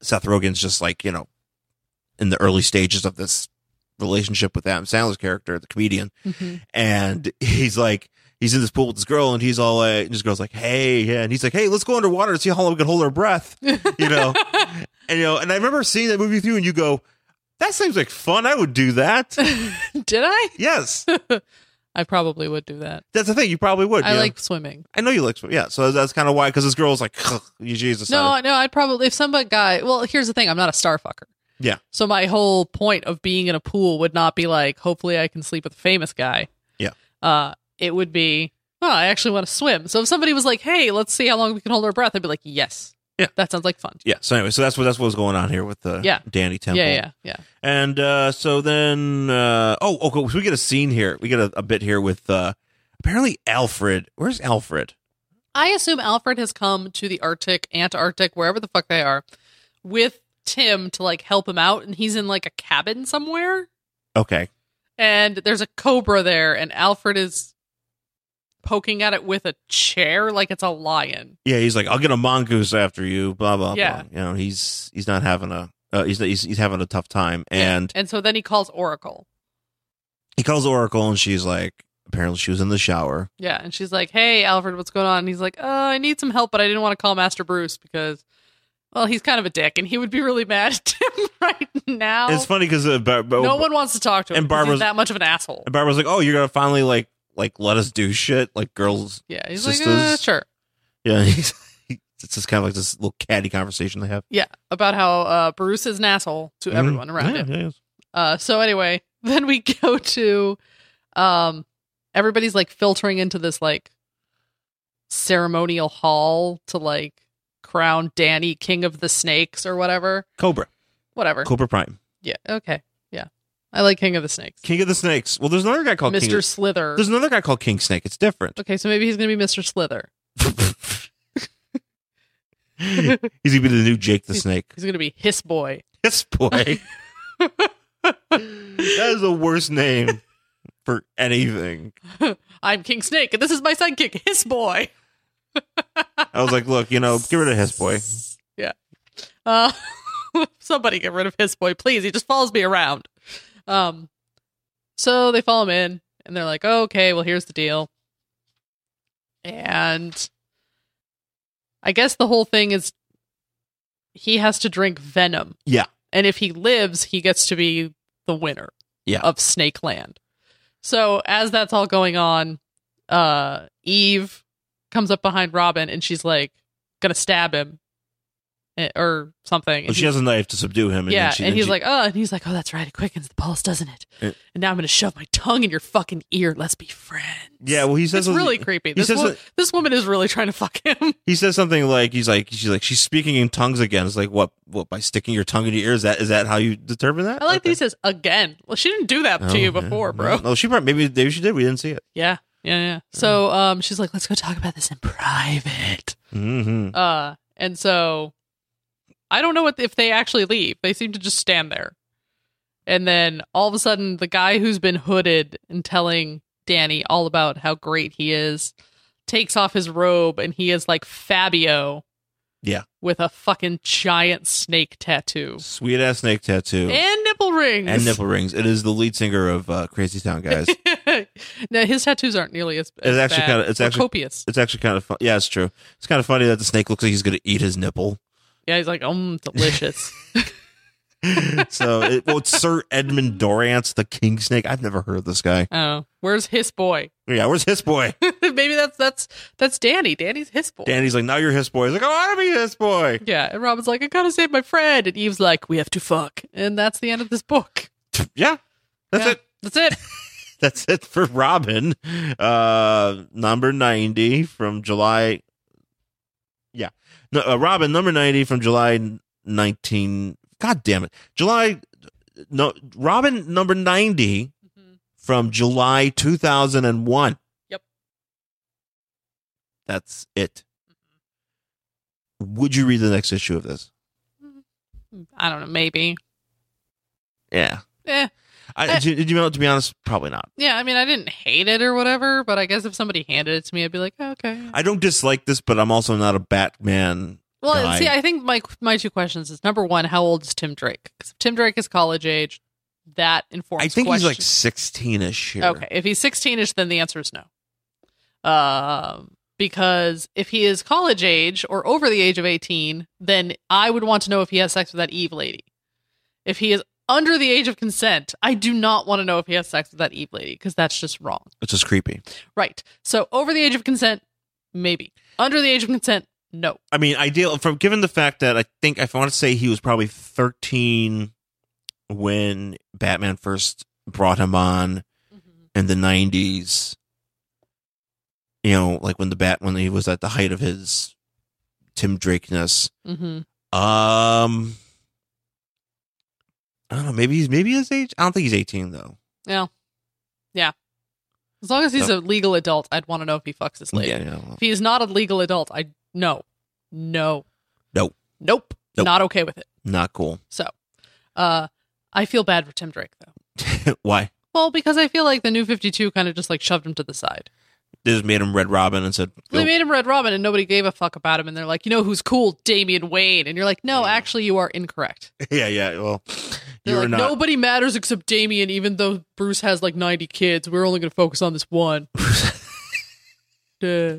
B: Seth Rogen's just like you know, in the early stages of this relationship with Adam Sandler's character, the comedian,
A: Mhm.
B: and he's like. He's in this pool with this girl, and he's all like, and this girl's like, "Hey, yeah," and he's like, "Hey, let's go underwater and see how long we can hold our breath," you know. And you know, and I remember seeing that movie through, and you go, "That seems like fun. I would do that."
A: Did I?
B: yes,
A: I probably would do that.
B: that's the thing. You probably would.
A: I
B: you know?
A: like swimming.
B: I know you like. Yeah, so that's kind of why, because this girl's like, "You Jesus."
A: No,
B: I-
A: no, I'd probably if somebody guy. Well, here's the thing: I'm not a star fucker.
B: Yeah.
A: So my whole point of being in a pool would not be like, hopefully, I can sleep with a famous guy.
B: Yeah.
A: Uh, it would be. Oh, I actually want to swim. So if somebody was like, "Hey, let's see how long we can hold our breath," I'd be like, "Yes."
B: Yeah.
A: That sounds like fun.
B: yeah. So anyway, so that's what that's what was going on here with the
A: Yeah.
B: Danny Temple.
A: Yeah, yeah, yeah.
B: And uh, so then, uh, oh, okay. So we get a scene here. We get a, a bit here with uh, apparently Alfred. Where's Alfred?
A: I assume Alfred has come to the Arctic, Antarctic, wherever the fuck they are, with Tim to like help him out, and he's in like a cabin somewhere,
B: Okay.
A: and there's a cobra there, and Alfred is poking at it with a chair like it's a lion.
B: Yeah, he's like, I'll get a mongoose after you, blah blah
A: Yeah.
B: blah. You know, he's he's not having a uh, he's, he's he's having a tough time, and
A: and so then he calls Oracle.
B: he calls Oracle, and she's like, apparently she was in the shower.
A: Yeah, and she's like, "Hey, Alfred, what's going on?" And he's like, "Uh, I need some help, but I didn't want to call Master Bruce because, well, he's kind of a dick, and he would be really mad at him right now.
B: It's funny because uh, Bar- Bar-
A: Oh. no one wants to talk to him.
B: And
A: And Barbara's
B: Barbara's-
A: that much of an asshole.
B: and Barbara's like, "Oh, you're gonna finally like like let us do shit like girls."
A: Yeah, he's like, uh,
B: Sisters.
A: sure.
B: Yeah, he's, it's just kind of like this little catty conversation they have.
A: Yeah, about how uh, Bruce is an asshole to everyone
B: Mhm.
A: around
B: Yeah,
A: him.
B: yeah, yes.
A: Uh, so anyway, then we go to, um, everybody's like filtering into this like ceremonial hall to like crown Danny king of the snakes or whatever,
B: Cobra,
A: whatever.
B: Cobra Prime,
A: Yeah. Okay. Yeah. I like King of the Snakes.
B: King of the Snakes. Well, there's another guy called Oh, King
A: Mr.
B: of-
A: Slither.
B: There's another guy called King Snake. It's different.
A: Okay, so maybe he's gonna be Mr. Slither.
B: he's gonna be the new Jake the Snake.
A: He's gonna be his boy.
B: Yes, boy. that is the worst name for anything.
A: I'm King Snake, and this is my sidekick, his boy.
B: I was like, look, you know, get rid of his boy.
A: Yeah. Uh, somebody get rid of his boy, please. He just follows me around. Um, so they follow him in, and they're like, okay, well, here's the deal. And I guess the whole thing is he has to drink venom.
B: Yeah.
A: And if he lives, he gets to be the winner
B: Yeah.
A: of Snake Land. So as that's all going on, uh, Eve comes up behind Robin and she's like, gonna stab him eh, or something.
B: But
A: And
B: Oh, she has a knife to subdue him. And
A: yeah,
B: then she,
A: and
B: then
A: he's
B: she-
A: like, oh, and he's like, oh, that's right, it quickens the pulse, doesn't it?
B: Eh.
A: and now I'm gonna shove my tongue in your fucking ear. Let's be friends.
B: yeah. Well, he says
A: it's
B: something-
A: really creepy.
B: he
A: This,
B: says
A: wo-
B: that-
A: this woman is really trying to fuck him.
B: He says something like, he's like, she's like, she's speaking in tongues again. It's like, what? What? By sticking your tongue in your ear? Is that is that how you determine that?
A: I like that he
B: Okay.
A: says again. Well, she didn't do that
B: Oh,
A: to you
B: yeah.
A: before, bro.
B: No, she probably maybe maybe she did. We didn't see it.
A: Yeah, yeah, yeah. So
B: Mm-hmm.
A: um, she's like, let's go talk about this in private.
B: hmm
A: Uh, and so I don't know what if they actually leave. They seem to just stand there. And then all of a sudden, the guy who's been hooded and telling Danny all about how great he is takes off his robe and he is like Fabio.
B: Yeah.
A: With a fucking giant snake tattoo
B: Sweet ass snake tattoo
A: and nipple rings.
B: and nipple rings. It is the lead singer of uh, Crazy Town Guys.
A: no, his tattoos aren't nearly as, as
B: It's actually
A: bad
B: kinda- it's
A: or
B: actually-
A: copious.
B: It's actually kind of fun. Yeah, it's true. It's kind of funny that the snake looks like he's going to eat his nipple.
A: Yeah, he's like, um, delicious.
B: so, it, well, it's Sir Edmund Dorrance, the king snake. I've never heard of this guy.
A: oh, where's his boy?
B: Yeah, where's his boy?
A: Maybe that's that's that's Danny. Danny's his boy.
B: Danny's like, now you're his boy. He's like, "Oh, I want to be his boy.
A: Yeah, and Robin's like, I gotta save my friend, and Eve's like, we have to fuck, and that's the end of this book.
B: Yeah, that's
A: Yeah,
B: it.
A: That's it.
B: That's it for Robin. Uh, number 90 from July. Yeah. No, uh, Robin, number 90 from July 19. God damn it. July. No, Robin, number 90 from July 2001.
A: Yep.
B: That's it. Would you read the next issue of this?
A: I don't know. Maybe.
B: Yeah.
A: Eh.
B: I,
A: I-
B: did, you know, to be honest, probably not.
A: Yeah. I mean, I didn't hate it or whatever, but I guess if somebody handed it to me, I'd be like, oh, okay.
B: I don't dislike this, but I'm also not a Batman.
A: well,
B: guy.
A: see, I think my my two questions is number one, how old is Tim Drake? Because if Tim Drake is college age, that informs.
B: I think he's like
A: questions.
B: 16 ish here.
A: Okay. If he's 16 ish, then the answer is no. Um, because if he is college age or over the age of 18, then I would want to know if he has sex with that Eve lady. If he is under the age of consent, I do not want to know if he has sex with that Eve lady because that's just wrong.
B: It's just creepy.
A: Right. So over the age of consent, maybe. Under the age of consent, no.
B: I mean, ideal from given the fact that I think if I want to say he was probably 13 when Batman first brought him on in the 90s. You know, like when the bat when he was at the height of his Tim Drakeness.
A: Mm-hmm.
B: Um I don't know. Maybe he's maybe his age. I don't think he's eighteen though.
A: As long as he's a legal adult, I'd want to know if he fucks this lady.
B: Yeah, yeah.
A: If he is not a legal adult, I no, no,
B: No.
A: nope,
B: Nope.
A: not okay with it.
B: not cool.
A: So, uh, I feel bad for Tim Drake though.
B: Why?
A: Well, because I feel like the New Fifty Two kind of just like shoved him to the side.
B: They just made him Red Robin and said,
A: They made him Red Robin, and nobody gave a fuck about him. And they're like, you know who's cool, Damian Wayne, and you're like, no,
B: Yeah.
A: actually, you are incorrect.
B: Yeah, yeah. Well,
A: They're
B: You're
A: like,
B: not-
A: nobody matters except Damien, even though Bruce has like 90 kids. We're only going to focus on this one.
B: Ah,
A: Duh.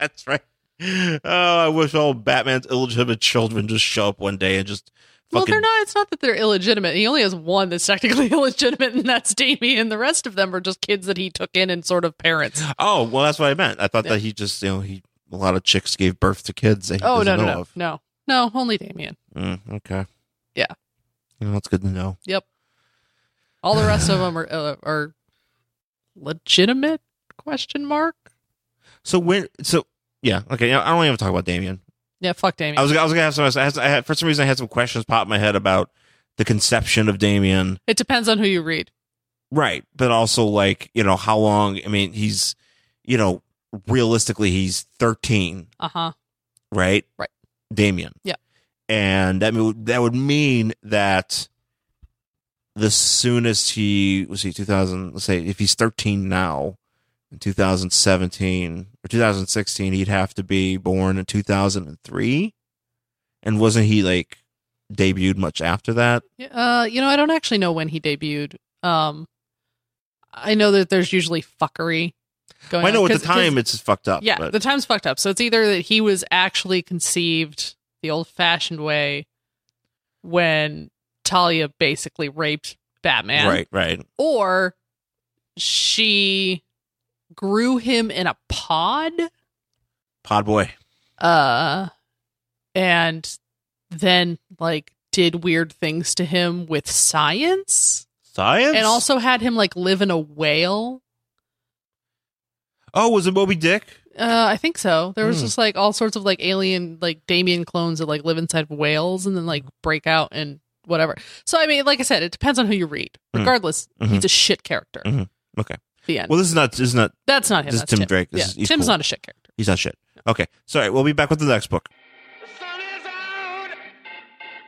B: That's right. Oh, I wish all Batman's illegitimate children just show up one day and just
A: Well,
B: fucking
A: they're not. It's not that they're illegitimate. He only has one that's technically illegitimate, and that's Damien. The rest of them are just kids that he took in and sort of parents.
B: Oh, well, that's what I meant. I thought
A: Yeah.
B: that he just, you know, he a lot of chicks gave birth to kids that he
A: Oh no,
B: doesn't
A: no,
B: know
A: no,
B: of.
A: no, no, only Damien.
B: Mm, okay.
A: Yeah.
B: Well, that's good to know.
A: Yep. All the rest of them are uh, are legitimate? Question mark.
B: So when, so yeah, okay. Yeah, I don't even talk about Damien.
A: Yeah, fuck Damien.
B: I was, I was gonna have some. I had, I had, for some reason, I had some questions pop in my head about the conception of Damien.
A: it depends on who you read.
B: Right, but also like you know how long? I mean, he's, you know, realistically, he's thirteen.
A: Uh huh.
B: right?
A: Right.
B: Damien.
A: Yeah.
B: And that mo- that would mean that the soonest he was he 2000 let's say if he's 13 now in 2017 or 2016 he'd have to be born in 2003 and wasn't he like debuted much after that
A: Uh, you know, I don't actually know when he debuted. Um, I know that there's usually fuckery going.
B: i know
A: on.
B: at the
A: Oh, 'Cause- 'cause-
B: time it's fucked up
A: Yeah,
B: but
A: the time's fucked up. So it's either that he was actually conceived the old fashioned way when Talia basically raped Batman,
B: right right
A: or she grew him in a pod
B: pod boy
A: uh and then like did weird things to him with science
B: science
A: and also had him like live in a whale
B: oh was it moby dick
A: Uh, I think so. There was
B: Mm.
A: just like all sorts of like alien, like Damien clones that like live inside of whales and then like break out and whatever. So I mean, like I said, it depends on who you read.
B: Mm.
A: Regardless,
B: Mhm.
A: he's a shit character.
B: Mhm. Okay.
A: The end.
B: well this is not this is not
A: that's not him.
B: this is
A: that's
B: Tim
A: Tim
B: Drake. This
A: Yeah.
B: is- he's
A: Tim's
B: cool.
A: not a shit character.
B: he's not shit okay sorry we'll be back with the next book
C: The sun is out.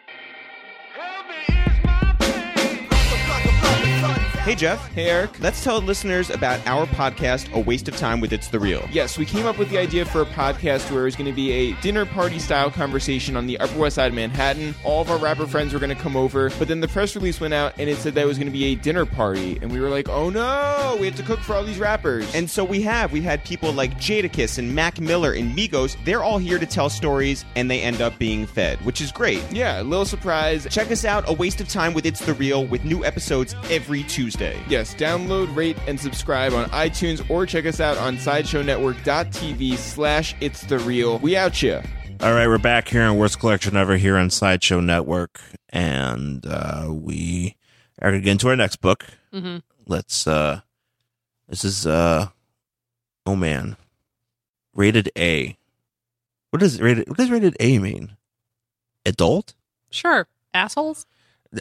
C: Heavy is my pain.
D: Hey Jeff. Hey Eric. Let's tell listeners about our podcast, A Waste of Time with It's the Real. Yes, we came up with the idea for a podcast where it was going to be a dinner party style conversation on the Upper West Side of Manhattan. All of our rapper friends were going to come over, but then the press release went out and it said that it was going to be a dinner party. And we were like, oh no, we have to cook for all these rappers. And so we have. We've had people like Jadakiss and Mac Miller and Migos. They're all here to tell stories and they end up being fed, which is great. Yeah, a little surprise. Check us out, A Waste of Time with It's the Real, with new episodes every Tuesday. Yes, download, rate, and subscribe on iTunes or check us out on SideshowNetwork.tv slash It's the Real. We out ya.
B: All right, we're back here in Worst Collection Ever here on Sideshow Network, and uh, we are going to get into our next book.
A: hmm
B: Let's. uh This is. uh Oh man, rated A. What does rated? What does rated A mean? Adult?
A: Sure, assholes.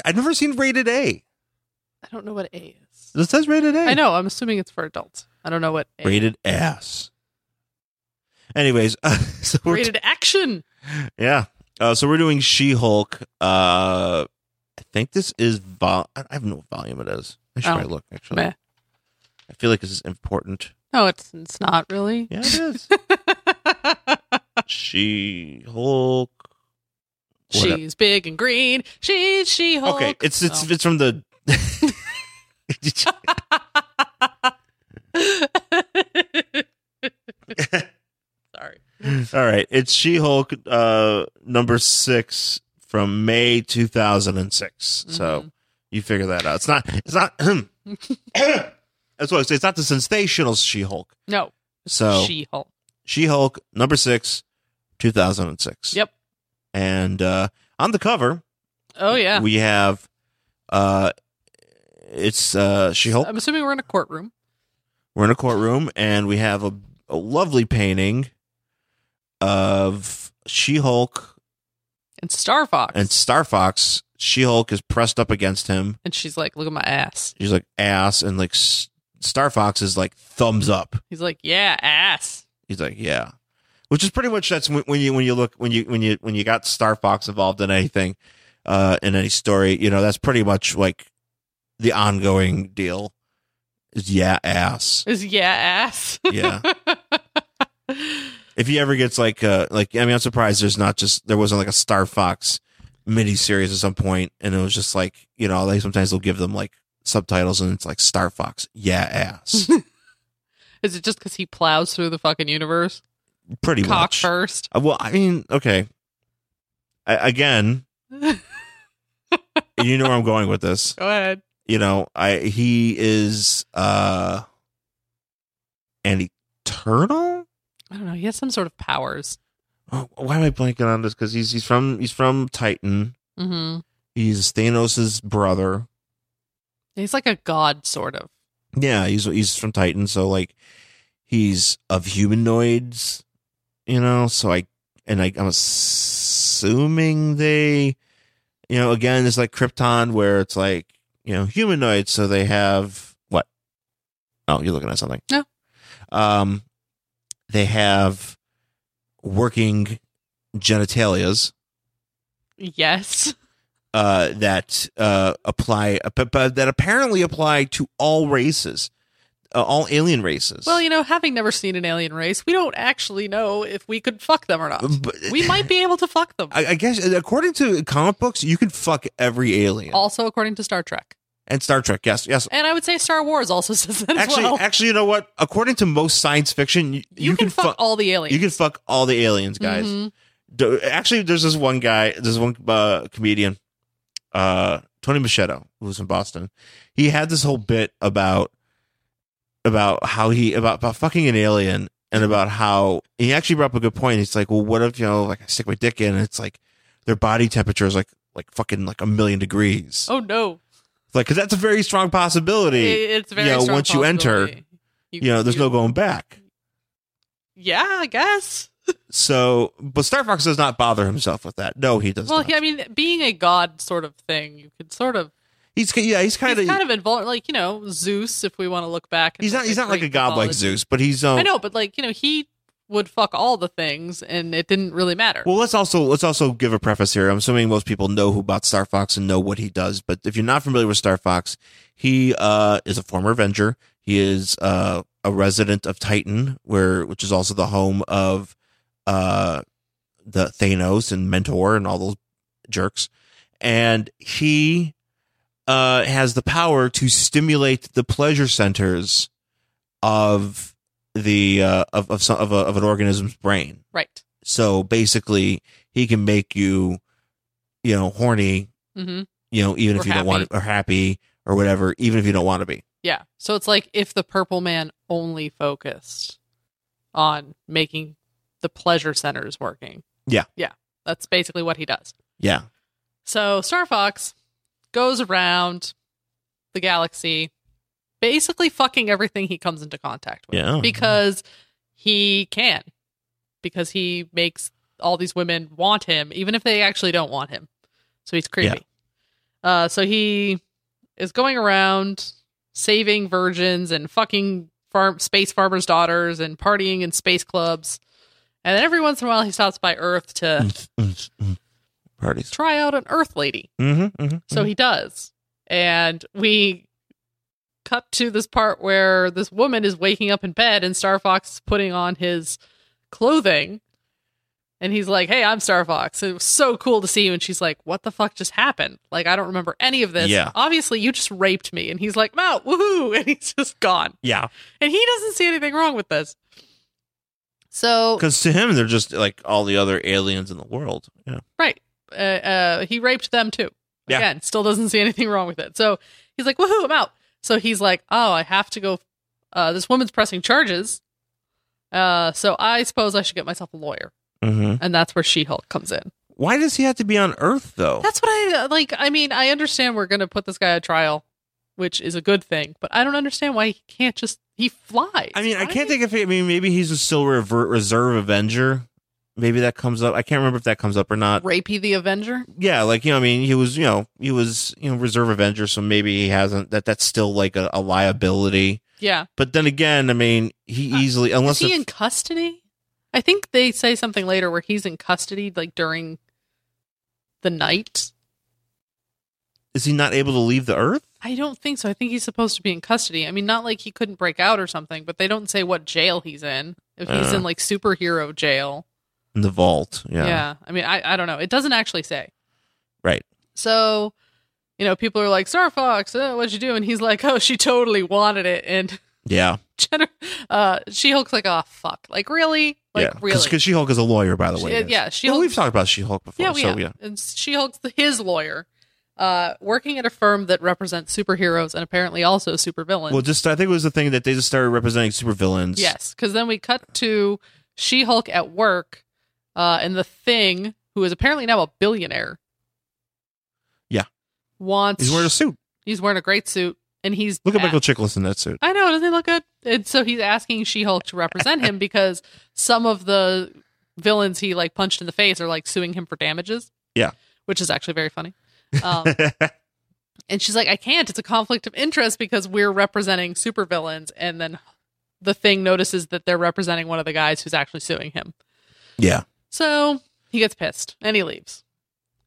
B: I've never seen rated A.
A: I don't know what A is.
B: It says rated A.
A: I know. I'm assuming it's for adults. I don't know what A.
B: Rated ass. Anyways, so we're
A: Rated action.
B: Yeah. Uh, so we're doing She Hulk. Uh, I think this is vol. I I have no volume. It is. I should
A: Oh.
B: probably look. Actually,
A: Meh.
B: I feel like this is important.
A: No, it's it's not really.
B: Yeah, it is. she Hulk. Whatever.
A: She's big and green. She's she Hulk. Oh.
B: Okay, it's it's it's from the.
A: Sorry.
B: All right, it's She Hulk uh, number six from May two thousand and six.
A: Mm-hmm.
B: So you figure that out. It's not. It's not. that's what I say. It's not the sensational She Hulk.
A: No,
B: So
A: she Hulk.
B: She Hulk, number six, 2006.
A: Yep.
B: And uh, on the cover,
A: Oh yeah.
B: we have uh, it's uh, She Hulk.
A: I'm assuming we're in a courtroom.
B: We're in a courtroom, and we have a, a lovely painting of She Hulk
A: And Star Fox.
B: and Star Fox. She Hulk is pressed up against him.
A: And she's like, look at my ass.
B: He's like ass, and like S- Star Fox is like thumbs up.
A: He's like, yeah, ass.
B: He's like, yeah, which is pretty much that's when, when you when you look when you when you when you got Star Fox involved in anything, uh, in any story, you know, that's pretty much like the ongoing deal. Is yeah, ass.
A: Is yeah, ass.
B: Yeah. If he ever gets like uh like I mean, I'm surprised there's not just there wasn't like a Star Fox mini series at some point, and it was just like you know, like sometimes they'll give them like subtitles, and it's like Star Fox, yeah, ass,
A: Is it just because he plows through the fucking universe?
B: pretty
A: Cock
B: much.
A: first.
B: Uh, Well, I mean, okay, I, again,
A: Go
B: you know where I'm going with this.
A: ahead.
B: You know, I he is uh an eternal.
A: I don't know. He has some sort of powers.
B: Oh, Why am I blanking on this? Because he's he's from he's from Titan.
A: hmm
B: He's Thanos' brother.
A: He's like a god, sort of.
B: Yeah, he's he's from Titan, so like he's of humanoids, you know. So I and I, I'm assuming they, you know, again, it's like Krypton, where it's like you know humanoids, so they have what? Oh, you're looking at something.
A: No.
B: Um, they have working genitalias
A: Yes.
B: uh, that uh, apply, but, but that apparently apply to all races, uh, all alien races.
A: Well, you know, having never seen an alien race, we don't actually know if we could fuck them or not.
B: Um, But-
A: We might be able to fuck them.
B: I, I guess, uh, according to comic books, you can fuck every alien.
A: Also, according to Star Trek,
B: and Star Trek, yes, yes.
A: and I would say Star Wars also says that as
B: Actually,
A: well.
B: actually, you know what? According to most science fiction, you,
A: you, can, fuck, all the aliens.
B: You can fuck all the aliens, guys.
A: Mhm.
B: Do- Actually, there's this one guy, there's one uh, comedian, uh, Tony Machado, who was in Boston. He had this whole bit about about how he about, about fucking an alien and about how he actually brought up a good point. He's like, well, what if you know, like, I stick my dick in and it's like their body temperature is like like fucking like a million degrees,
A: Oh no!
B: like because that's a very strong possibility.
A: It- it's very.
B: you know,
A: strong
B: once you enter,
A: possibility.
B: you know, there's
A: you-
B: no going back.
A: Yeah, I guess.
B: So, but Star Fox does not bother himself with that. No, he does
A: well,
B: not.
A: yeah, I mean, being a god sort of thing, you could sort of
B: he's yeah, he's kind
A: he's
B: of
A: kind of involved, like you know, Zeus. If we want to look back, and
B: He's
A: look
B: not.
A: at
B: He's not like a
A: Greek
B: god like
A: mythology.
B: Zeus, but he's. Um,
A: I know, but like you know, he would fuck all the things, and it didn't really matter.
B: Well, let's also let's also give a preface here. I'm assuming most people know who about Star Fox and know what he does, but if you're not familiar with Star Fox, he uh, is a former Avenger. He is uh, a resident of Titan, where which is also the home of uh, the Thanos and Mentor and all those jerks, and he uh, has the power to stimulate the pleasure centers of the uh, of of, some, of, a, of an organism's brain.
A: right.
B: So basically, he can make you, you know, horny,
A: hmm
B: you know, even
A: Or
B: if you don't want
A: happy.
B: to, or happy or whatever, even if you don't want to be.
A: Yeah. So it's like if the purple man only focused on making the pleasure centers working.
B: Yeah.
A: Yeah. That's basically what he does.
B: Yeah.
A: So Star Fox goes around the galaxy, basically fucking everything he comes into contact with.
B: Yeah.
A: Because he can. Because he makes all these women want him, even if they actually don't want him. So he's creepy. Uh, so he is going around saving virgins and fucking farm space farmers' daughters and partying in space clubs. And then every once in a while he stops by Earth
B: Hmm.
A: to
B: Mm, Parties.
A: try out an Earth lady.
B: Mm-hmm, mm-hmm,
A: So he does. And we cut to this part where this woman is waking up in bed and Star Fox is putting on his clothing. And he's like, Hey, I'm Star Fox. It was so cool to see you. And she's like, What the fuck just happened? Like, I don't remember any of this.
B: Yeah.
A: Obviously, you just raped me. And he's like, Mount, woohoo. And he's just gone.
B: yeah.
A: And he doesn't see anything wrong with this. So
B: Because to him, they're just like all the other aliens in the world. Yeah.
A: Right. Uh, uh, he raped them too.
B: Yeah.
A: Again, still doesn't see anything wrong with it. So he's like, woohoo, I'm out. So he's like, oh, I have to go. Uh, this woman's pressing charges. Uh, so I suppose I should get myself a lawyer.
B: Mm-hmm.
A: And that's where She Hulk comes in.
B: Why does he have to be on Earth though?
A: That's what I uh, like. I mean, I understand we're going to put this guy on trial, which is a good thing, but I don't understand why he can't just, he flies.
B: I mean, I
A: Why-
B: can't think if he, I mean maybe he's a still rever- reserve Avenger. Maybe that comes up. I can't remember if that comes up or not.
A: Rapey the Avenger?
B: yeah, like you know, I mean, he was, you know, he was, you know, reserve Avenger, so maybe he hasn't. That that's still like a, a liability.
A: Yeah.
B: But then again, I mean, he
A: Uh,
B: easily unless
A: is he
B: if-
A: in custody? I think they say something later where he's in custody, like during the night.
B: is he not able to leave the Earth?
A: I don't think so. I think he's supposed to be in custody. I mean, not like he couldn't break out or something, but they don't say what jail he's in. If he's
B: Uh.
A: in like superhero jail,
B: In the vault, yeah,
A: I mean, I I don't know. It doesn't actually say.
B: Right.
A: So, you know, people are like, Star Fox, uh, what'd you do? And he's like, oh, she totally wanted it. And
B: Yeah.
A: Jennifer, uh, She Hulk's like, oh, fuck. Like, really? Like,
B: yeah.
A: really?
B: Because She Hulk is a lawyer, by the
A: She-
B: way. is.
A: yeah, She
B: Well,
A: Hulk-
B: we've talked about She Hulk before.
A: yeah, we
B: Oh, so
A: have.
B: yeah.
A: And She Hulk's the, his lawyer, uh, working at a firm that represents superheroes and apparently also supervillains.
B: Well, just I think it was the thing that they just started representing supervillains.
A: Yes, because then we cut to She Hulk at work, uh, and the Thing, who is apparently now a billionaire.
B: Yeah.
A: wants
B: He's wearing a suit.
A: he's wearing a great suit, and he's
B: Look at
A: a-
B: Michael Chiklis in that suit.
A: I know doesn't he look good? And so he's asking She Hulk to represent him because some of the villains he like punched in the face are like suing him for damages.
B: Yeah.
A: which is actually very funny. Um, and she's like, I can't. It's a conflict of interest because we're representing supervillains. And then the thing notices that they're representing one of the guys who's actually suing him.
B: yeah.
A: So he gets pissed and he leaves.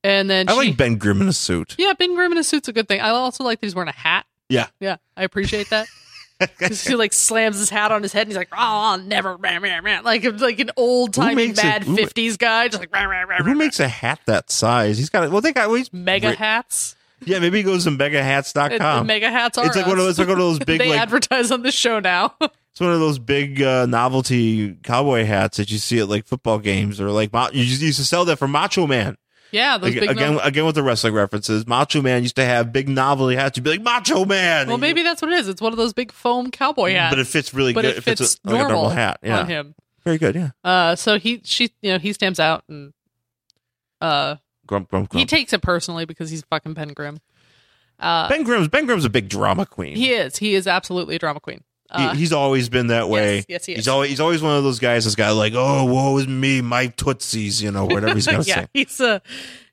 A: And then
B: I
A: she,
B: like Ben Grimm in a suit.
A: yeah, Ben Grimm in a suit's a good thing. I also like that he's wearing a hat.
B: Yeah.
A: Yeah, I appreciate that. 'Cause he like slams his hat on his head and he's like, "Oh, I'll never," rah, rah, rah." like like an old timey
B: makes a-
A: bad
B: who ma-
A: '50s guy, just like rah, rah, rah, rah,
B: Who makes a hat that size? He's got it. Well, they got. Well, he's,
A: mega
B: Ri-
A: hats.
B: Yeah, maybe he goes to
A: And,
B: megahats.com.
A: mega hats are
B: it's like one of
A: us.
B: those. It's like one of those big.
A: they
B: like
A: advertise on the show now.
B: it's one of those big uh, novelty cowboy hats that you see at like football games or like ma- you just used to sell that for Macho Man.
A: yeah, those
B: Like,
A: big um,
B: again,
A: numbers.
B: again with the wrestling references, Macho Man used to have big novelty hats. You'd be like Macho Man.
A: Well,
B: And you-
A: maybe that's what it is. It's one of those big foam cowboy hats,
B: but it fits really
A: but
B: good.
A: it fits,
B: a,
A: normal,
B: like a normal hat. Yeah,
A: on him.
B: very good. Yeah,
A: Uh, so he she you know he stamps out and uh
B: grump grump grump.
A: he takes it personally because he's fucking Ben Grimm. Uh,
B: ben Grimm's Ben Grimm's a big drama queen.
A: he is he is absolutely a drama queen.
B: He-
A: Uh,
B: he's always been that way.
A: yes, yes, he is.
B: He's always he's always one of those guys that's got like, oh, woe is me, my tootsies, you know, whatever he's gonna
A: yeah,
B: say.
A: he's a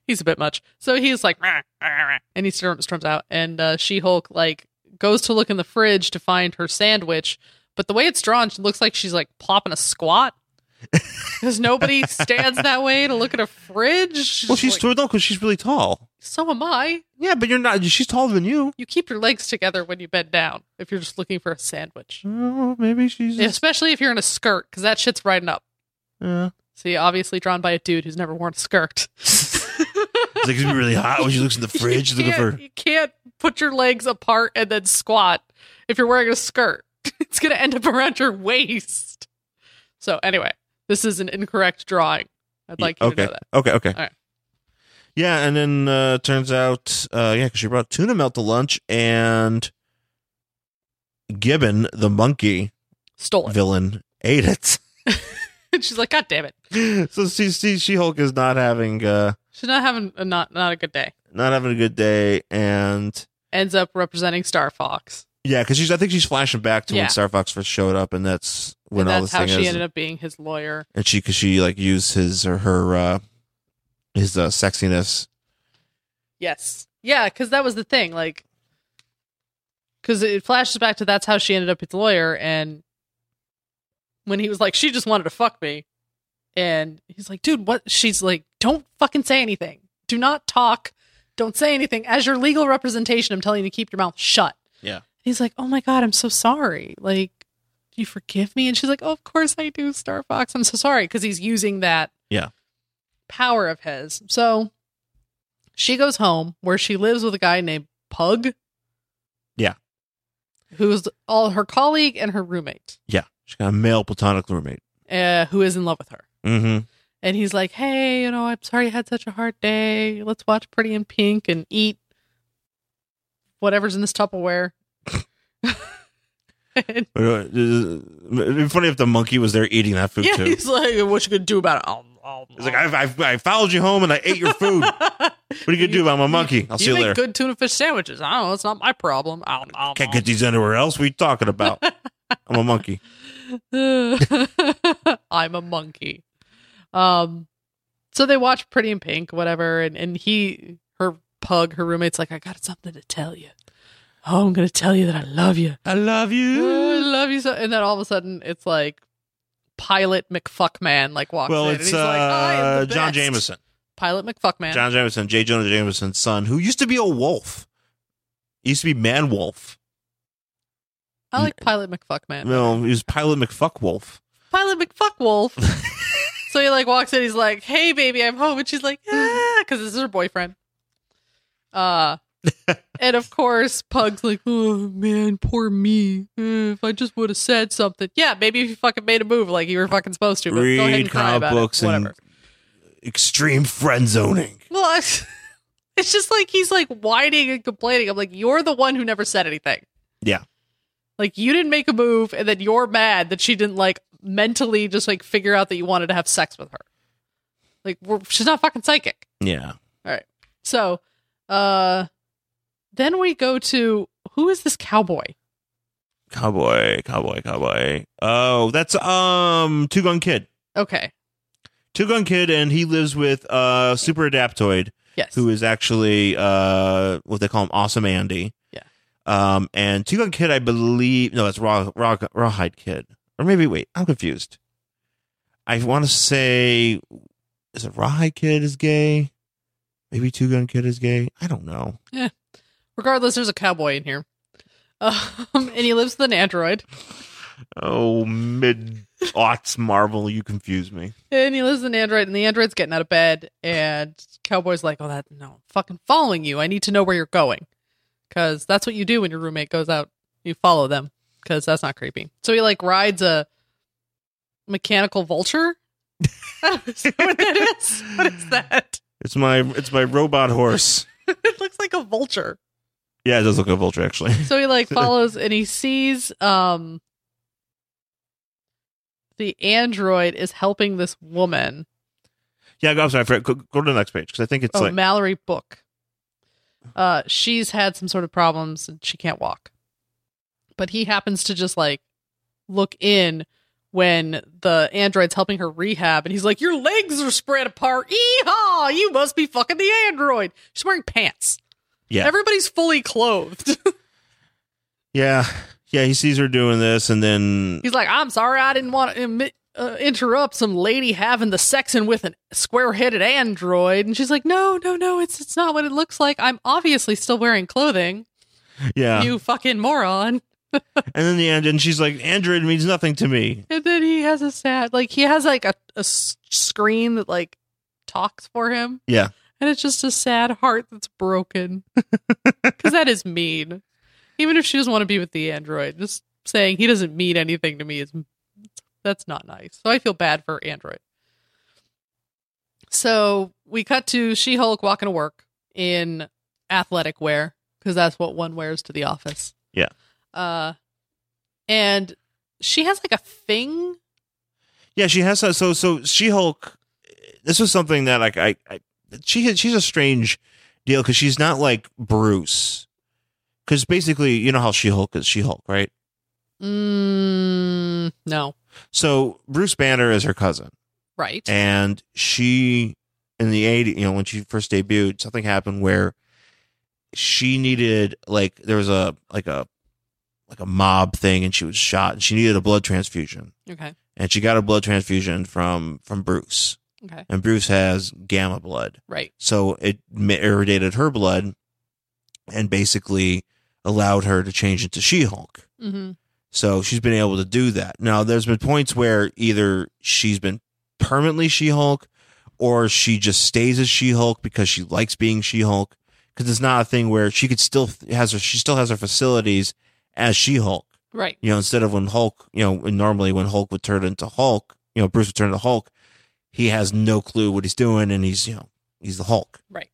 A: he's a bit much. So he's like, "Rah, rah, rah," and he storm- storms out, and uh, She Hulk like goes to look in the fridge to find her sandwich, but the way it's drawn, it looks like she's like plopping a squat because nobody stands that way to look at a fridge.
B: Well, she's
A: like,
B: tall no, because she's really tall.
A: so am I.
B: Yeah, but you're not. She's taller than you.
A: You keep your legs together when you bend down if you're just looking for a sandwich,
B: Oh, maybe she's. just-
A: especially if you're in a skirt because that shit's riding up.
B: Yeah.
A: See, obviously drawn by a dude who's never worn a skirt.
B: It's like it's really hot when she looks in the fridge
A: You
B: looking
A: can't-
B: for.
A: You can't put your legs apart and then squat if you're wearing a skirt. it's going to end up around your waist. So anyway, this is an incorrect drawing. I'd like you
B: okay.
A: to know that.
B: Okay. Okay.
A: All right.
B: Yeah, and then uh, turns out, uh, yeah, because she brought tuna melt to lunch, and Gibbon the monkey
A: Stolen.
B: villain ate it.
A: She's like, God damn it.
B: so she, she, she Hulk is not having uh,
A: She's not having a, not not a good day.
B: not having a good day, and
A: Ends up representing Star Fox.
B: yeah, because she's I think she's flashing back to
A: Yeah.
B: when Star Fox first showed up, and that's when
A: And
B: all
A: that's
B: this
A: how
B: thing
A: she
B: is,
A: ended up being his lawyer.
B: and she because she like used his or her uh, his uh, sexiness.
A: Yes. Yeah, because that was the thing. Like, because it flashes back to that's how she ended up his lawyer. And when he was like, she just wanted to fuck me. And he's like, dude, what? She's like, don't fucking say anything. Do not talk. Don't say anything. As your legal representation, I'm telling you to keep your mouth shut.
B: Yeah.
A: He's like, oh my God, I'm so sorry. Like, do you forgive me? And she's like, oh, of course I do, Star Fox. I'm so sorry. Because he's using that
B: Yeah.
A: power of his. So she goes home where she lives with a guy named Pug.
B: Yeah.
A: Who's all her colleague and her roommate,
B: Yeah, she got a male platonic roommate.
A: uh, who is in love with her.
B: Mm-hmm.
A: And he's like, hey, you know, I'm sorry you had such a hard day. Let's watch Pretty in Pink and eat whatever's in this Tupperware. and
B: It'd be funny if the monkey was there eating that food
A: yeah,
B: too. He's
A: he's like, what you gonna do about it? I'll, I'll,
B: like, I, I, I followed you home and I ate your food. What are you gonna do about my monkey? I'll see you
A: make
B: later.
A: good tuna fish sandwiches. I don't know. It's not my problem. I'll, I'll,
B: Can't get these anywhere else. What are you talking about? I'm a monkey.
A: I'm a monkey. Um, so they watch Pretty in Pink, whatever, and and he, her pug, her roommate's like, I got something to tell you. Oh, I'm gonna tell you that I love you.
B: I love Mm.
A: Ooh, I love you so. And then all of a sudden, it's like Pilot McFuckman like walks
B: Well,
A: in.
B: it's
A: and he's like, I am
B: uh,
A: the
B: John
A: best."
B: Jameson.
A: Pilot McFuckman.
B: John Jameson, J. Jonah Jameson's son, who used to be a wolf. He used to be Man Wolf.
A: I like Pilot McFuckman.
B: No, he was Pilot McFuck Wolf.
A: Pilot McFuckwolf. so he like walks in. He's like, "Hey, baby, I'm home," and she's like, "Yeah," because this is her boyfriend. Uh, and of course, Pug's like, oh man, poor me. Uh, If I just would have said something. Yeah, maybe if you fucking made a move like you were fucking supposed to. But go ahead
B: Read
A: and cry
B: comic
A: about
B: books
A: it.
B: and
A: Whatever.
B: extreme friend zoning.
A: Well, I- it's just like he's like whining and complaining. I'm like, you're the one who never said anything.
B: Yeah.
A: Like you didn't make a move, and then you're mad that she didn't like mentally just like figure out that you wanted to have sex with her. Like we're, she's not fucking psychic.
B: Yeah.
A: So, uh, then we go to who is this cowboy?
B: Cowboy, cowboy, cowboy. Oh, that's um Two Gun Kid.
A: Okay.
B: Two Gun Kid and he lives with uh Super Adaptoid,
A: Yes.
B: who is actually uh what they call him Awesome Andy.
A: Yeah.
B: Um and Two Gun Kid, I believe no, that's Raw Raw Rawhide Kid. Or maybe wait, I'm confused. I wanna say is it Rawhide Kid is gay? Maybe Two Gun Kid is gay? I don't know.
A: Regardless, there's a cowboy in here. Um, and he lives with an android.
B: Oh mid aughts Marvel, you confuse me.
A: And he lives with an android, and the android's getting out of bed. And cowboy's like, oh, that, no, I'm fucking following you. I need to know where you're going. Because that's what you do when your roommate goes out. You follow them. Because that's not creepy. So he, like, rides a mechanical vulture. I don't know what that is. What is that?
B: It's my it's my robot horse.
A: It looks like a vulture.
B: Yeah, it does look like a vulture actually.
A: so he like follows and he sees um the android is helping this woman
B: Yeah, go, I'm sorry. I forgot. Go, go to the next page because I think it's
A: oh
B: like
A: mallory book uh she's had some sort of problems and she can't walk but he happens to just like look in when the android's helping her rehab and he's like your legs are spread apart Eehaw! you must be fucking the android she's wearing pants
B: Yeah.
A: everybody's fully clothed
B: yeah, yeah. He sees her doing this, and then
A: He's like, I'm sorry, I didn't want to Im- uh, interrupt some lady having the sexing with a square-headed android. And she's like, No, no, no, it's it's not what it looks like. I'm obviously still wearing clothing.
B: yeah,
A: You fucking moron.
B: and then the end, and she's like, "Android means nothing to me."
A: And then he has a sad, like he has like a, a s- screen that like talks for him.
B: Yeah.
A: and it's just a sad heart that's broken because that is mean. Even if she doesn't want to be with the android, just saying he doesn't mean anything to me is that's not nice. So I feel bad for android. So we cut to She Hulk walking to work in athletic wear because that's what one wears to the office.
B: Yeah.
A: Uh, and she has like a thing.
B: Yeah, she has so so. so she Hulk. This was something that like I, I she she's a strange deal because she's not like Bruce. Because basically, you know how She Hulk is She Hulk, right?
A: Mm, no,
B: So Bruce Banner is her cousin.
A: right?
B: and she in the 80s you know when she first debuted something happened where she needed like there was a like a like a mob thing and she was shot and she needed a blood transfusion
A: okay,
B: and she got a blood transfusion from from Bruce
A: okay,
B: and Bruce has gamma blood
A: right.
B: so it mi- irradiated her blood and basically allowed her to change into She-Hulk
A: Mm-hmm.
B: so she's been able to do that. Now, there's been points where either she's been permanently She Hulk or she just stays as She Hulk because she likes being She Hulk. Because it's not a thing where she could still has her, she still has her facilities as She Hulk.
A: Right.
B: You know, instead of when Hulk, you know, when normally when Hulk would turn into Hulk, you know, Bruce would turn into Hulk, he has no clue what he's doing and he's, you know, he's the Hulk.
A: Right.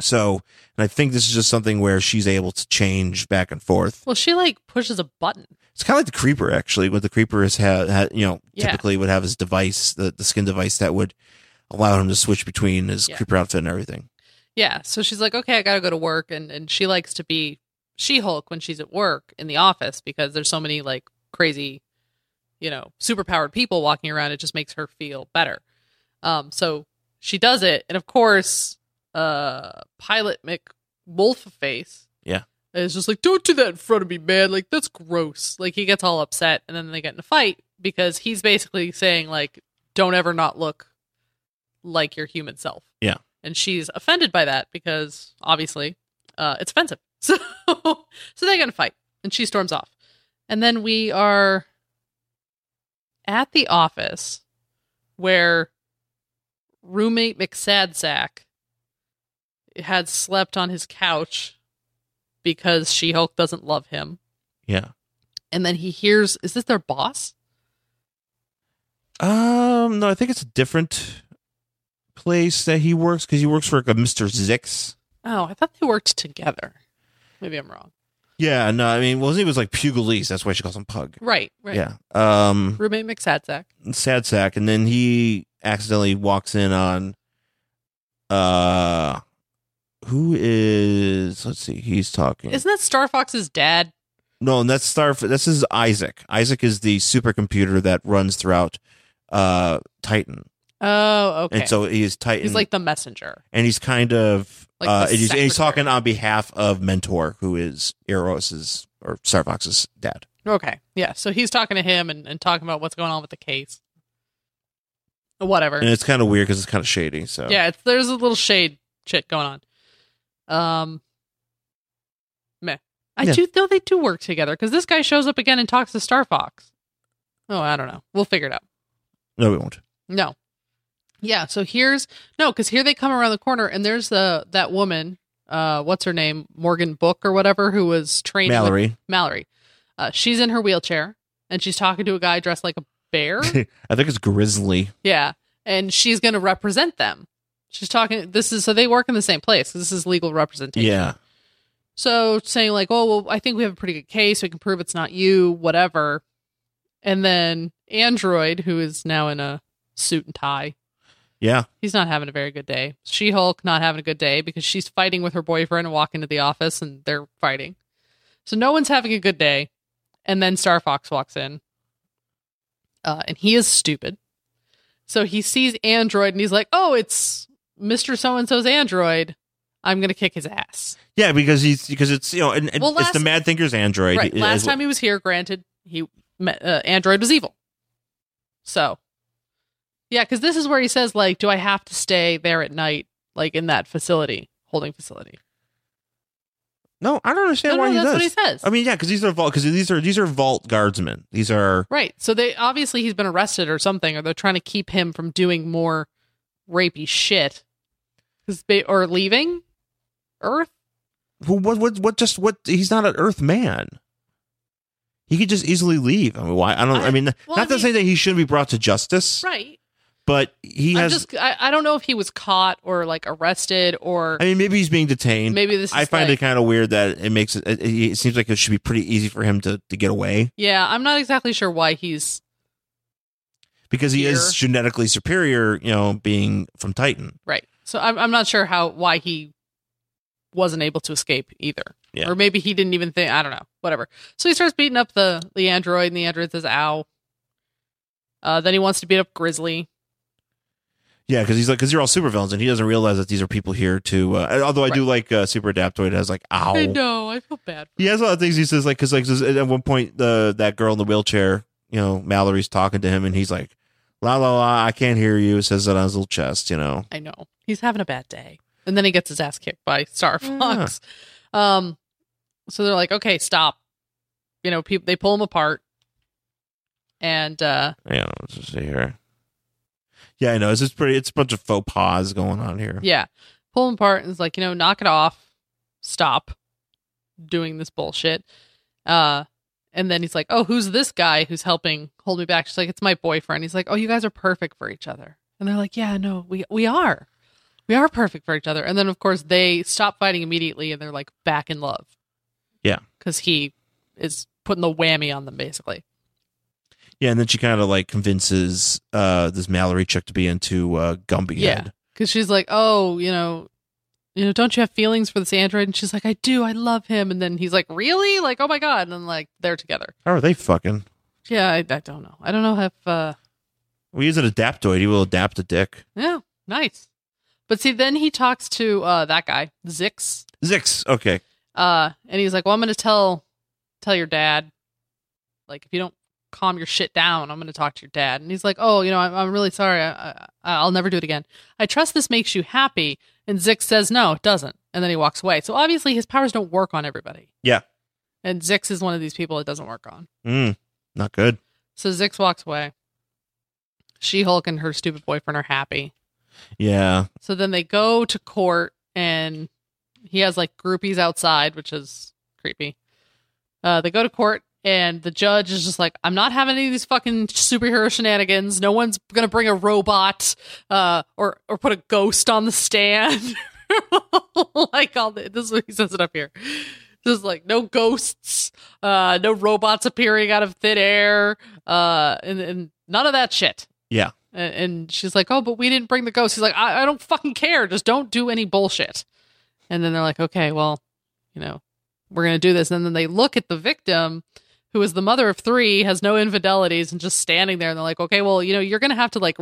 B: So, and I think this is just something where she's able to change back and forth.
A: Well, she like pushes a button.
B: It's kind of like the creeper, actually. What the creeper has had, had you know,
A: Yeah.
B: typically would have his device, the, the skin device that would allow him to switch between his
A: Yeah.
B: creeper outfit and everything.
A: Yeah. So she's like, okay, I gotta go to work, and and she likes to be She Hulk when she's at work in the office because there's so many like crazy, you know, superpowered people walking around. It just makes her feel better. Um. So she does it, and of course, uh, Pilot Mick Wolfface.
B: Yeah.
A: Is just like, don't do that in front of me, man. Like that's gross. Like he gets all upset, and then they get in a fight because he's basically saying like, don't ever not look like your human self.
B: Yeah.
A: And she's offended by that because obviously uh, it's offensive. So so they get in a fight and she storms off. And then we are at the office where roommate McSadsack had slept on his couch because She Hulk doesn't love him.
B: Yeah.
A: And then he hears, is this their boss?
B: Um. No, I think it's a different place that he works because he works for like a Mister Zix.
A: Oh, I thought they worked together. Maybe I'm wrong.
B: Yeah. No, I mean, well, his name was like Pugliese. That's why she calls him Pug.
A: Right, right.
B: Yeah. Um.
A: Roommate McSadzak.
B: Sad sack, and then he accidentally walks in on uh who is let's see he's talking
A: Isn't that Star Fox's dad?
B: no and that's star this is isaac isaac is the supercomputer that runs throughout uh titan
A: Oh, okay.
B: and so he is titan
A: he's like the messenger.
B: and he's kind of
A: Like
B: uh
A: the
B: and he's, and he's
A: secretary.
B: talking on behalf of mentor who is eros's or star fox's dad
A: Okay. Yeah. So he's talking to him and, and talking about what's going on with the case. Whatever.
B: and it's kind of weird because it's kind of shady so
A: Yeah, it's, there's a little shade shit going on. Um, meh. I
B: Yeah.
A: do though they do work together because this guy shows up again and talks to Star Fox. Oh, I don't know. We'll figure it out.
B: no we won't
A: No. Yeah. So here's no, because here they come around the corner and there's the that woman. Uh, what's her name? Morgan Book or whatever, who was trained with-
B: mallory
A: Mallory. Uh, she's in her wheelchair and she's talking to a guy dressed like a bear.
B: i think it's grizzly
A: yeah. And she's going to represent them. She's talking. This is so they work in the same place. 'cause This is legal representation.
B: yeah
A: So saying like, oh, well, I think we have a pretty good case. We can prove it's not you, whatever. And then Android, who is now in a suit and tie,
B: yeah
A: he's not having a very good day. She Hulk not having a good day because she's fighting with her boyfriend and walk into the office and they're fighting. So no one's having a good day. And then Star Fox walks in. Uh, and he is stupid. So he sees Android and he's like, oh, it's Mr. So and so's Android. I'm going to kick his ass.
B: Yeah, because he's because it's you know and, and
A: Well,
B: it's
A: last-
B: the Mad Thinker's Android.
A: Right.
B: It- it-
A: Last
B: it-
A: time he was here, granted, he uh, Android was evil. So, yeah, because this is where he says, like, do I have to stay there at night, like in that facility, holding facility?
B: no, I don't understand
A: no,
B: why
A: no,
B: he
A: that's
B: does.
A: what he says.
B: I mean, yeah, because these are vault because these are these are vault guardsmen. These are
A: right. So they obviously he's been arrested or something, or they're trying to keep him from doing more rapey shit, 'Cause they- or leaving Earth.
B: who what what what just what he's not an Earth man. He could just easily leave. I mean, why? I don't. I,
A: I-
B: mean,
A: well, I
B: not to
A: mean-
B: say that he shouldn't be brought to justice,
A: Right.
B: but he
A: I'm
B: has.
A: just. I, I don't know if he was caught or like arrested or
B: I mean, maybe he's being detained.
A: maybe this. Is
B: I find
A: like-
B: it kind of weird that it makes it, it. It seems like it should be pretty easy for him to to get away
A: Yeah, I'm not exactly sure why he's
B: because he
A: Here.
B: is genetically superior. You know, being from Titan.
A: Right. So I'm I'm not sure how why he wasn't able to escape either.
B: Yeah.
A: Or maybe he didn't even think I don't know. Whatever. So he starts beating up the the android and the android says ow. Uh then he wants to beat up Grizzly.
B: Yeah, because he's like, because you're all supervillains, and he doesn't realize that these are people here to. Uh, and although I do like uh, Super Adaptoid has like,
A: I
B: ow.
A: know, I feel bad.
B: He has a lot of things he says like, because like at one point the that girl in the wheelchair, you know, Mallory's talking to him, and he's like, la la la, I can't hear you. Says it on his little chest, you know.
A: I know. He's having a bad day. And then he gets his ass kicked by Star
B: Yeah.
A: Fox. Um so they're like, "Okay, stop." You know, people they pull him apart. And uh
B: Yeah, let's just see here. Yeah, I know. It's just pretty. It's a bunch of faux pas going on here.
A: Yeah. Pull him apart and it's like, you know, knock it off. Stop doing this bullshit. Uh and then he's like, Oh, who's this guy who's helping hold me back? She's like, It's my boyfriend. He's like, Oh, you guys are perfect for each other. And they're like, Yeah, no, we we are. We are perfect for each other. And then of course they stop fighting immediately and they're like back in love.
B: Yeah.
A: Cause he is putting the whammy on them basically.
B: Yeah, and then she kind of like convinces uh this Mallory chick to be into uh Gumby
A: Yeah.
B: Head.
A: because she's like, oh, you know, you know, don't you have feelings for this android? And she's like, I do, I love him. And then he's like, really? Like, oh my god! And then like they're together.
B: How are they fucking?
A: Yeah, I, I don't know. I don't know if, uh,
B: We use an adaptoid. He will adapt a dick.
A: yeah, nice. But see, then he talks to uh, that guy Zix,
B: Zix. Okay.
A: uh, and he's like, well, I'm gonna tell tell your dad, like, if you don't calm your shit down, I'm gonna talk to your dad. And he's like, oh, you know, I'm, I'm really sorry. I, I, I'll never do it again. I trust this makes you happy. And Zix says, no, it doesn't. And then he walks away. So obviously his powers don't work on everybody.
B: Yeah.
A: And Zix is one of these people it doesn't work on.
B: Mm, not good.
A: So Zix walks away. She Hulk and her stupid boyfriend are happy.
B: Yeah.
A: So then they go to court and he has like groupies outside, which is creepy. Uh, they go to court, and the judge is just like, "I'm not having any of these fucking superhero shenanigans. No one's gonna bring a robot, uh, or or put a ghost on the stand, like all the, this. Is what he says it up here. This is like no ghosts, uh, no robots appearing out of thin air, uh, and, and none of that shit.
B: Yeah.
A: A- And she's like, "Oh, but we didn't bring the ghost." He's like, "I, I don't fucking care. Just don't do any bullshit." And then they're like, "Okay, well, you know, we're gonna do this." And then they look at the victim, who is the mother of three, has no infidelities, and just standing there. And they're like, "Okay, well, you know, you're gonna have to like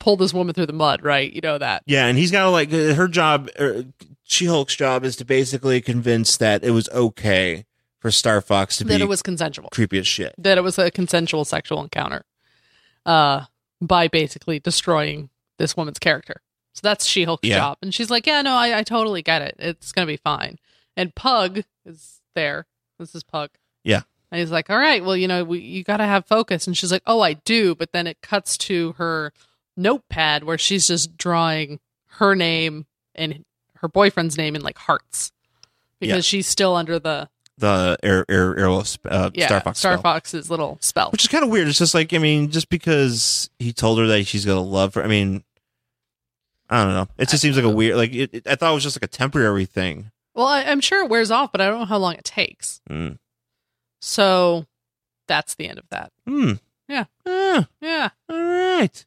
A: pull this woman through the mud, right? You know that."
B: Yeah, and he's got to like her job. Er, she Hulk's job is to basically convince that it was okay for Star Fox to
A: That
B: be
A: it was consensual.
B: creepy as shit.
A: That it was a consensual sexual encounter, uh, by basically destroying this woman's character. So that's She Hulk's
B: Yeah.
A: job, and she's like, "Yeah, no, I, I totally get it. It's gonna be fine." And Pug is there. This is Pug.
B: Yeah.
A: And he's like, "All right, well, you know, we, you got to have focus." And she's like, "Oh, I do." But then it cuts to her notepad where she's just drawing her name and her boyfriend's name in like hearts because
B: Yeah.
A: she's still under the
B: The air, air, airless uh,
A: yeah,
B: Star Fox, spell.
A: Fox's little spell.
B: which is kind of weird. It's just like I mean, just because he told her that she's gonna love her. I mean, I don't know. It just seems like a weird. Like it, it- I thought it was just like a temporary thing.
A: Well, I, I'm sure it wears off, but I don't know how long it takes.
B: Hmm.
A: So that's the end of that.
B: Hmm.
A: Yeah.
B: Ah,
A: Yeah.
B: all right.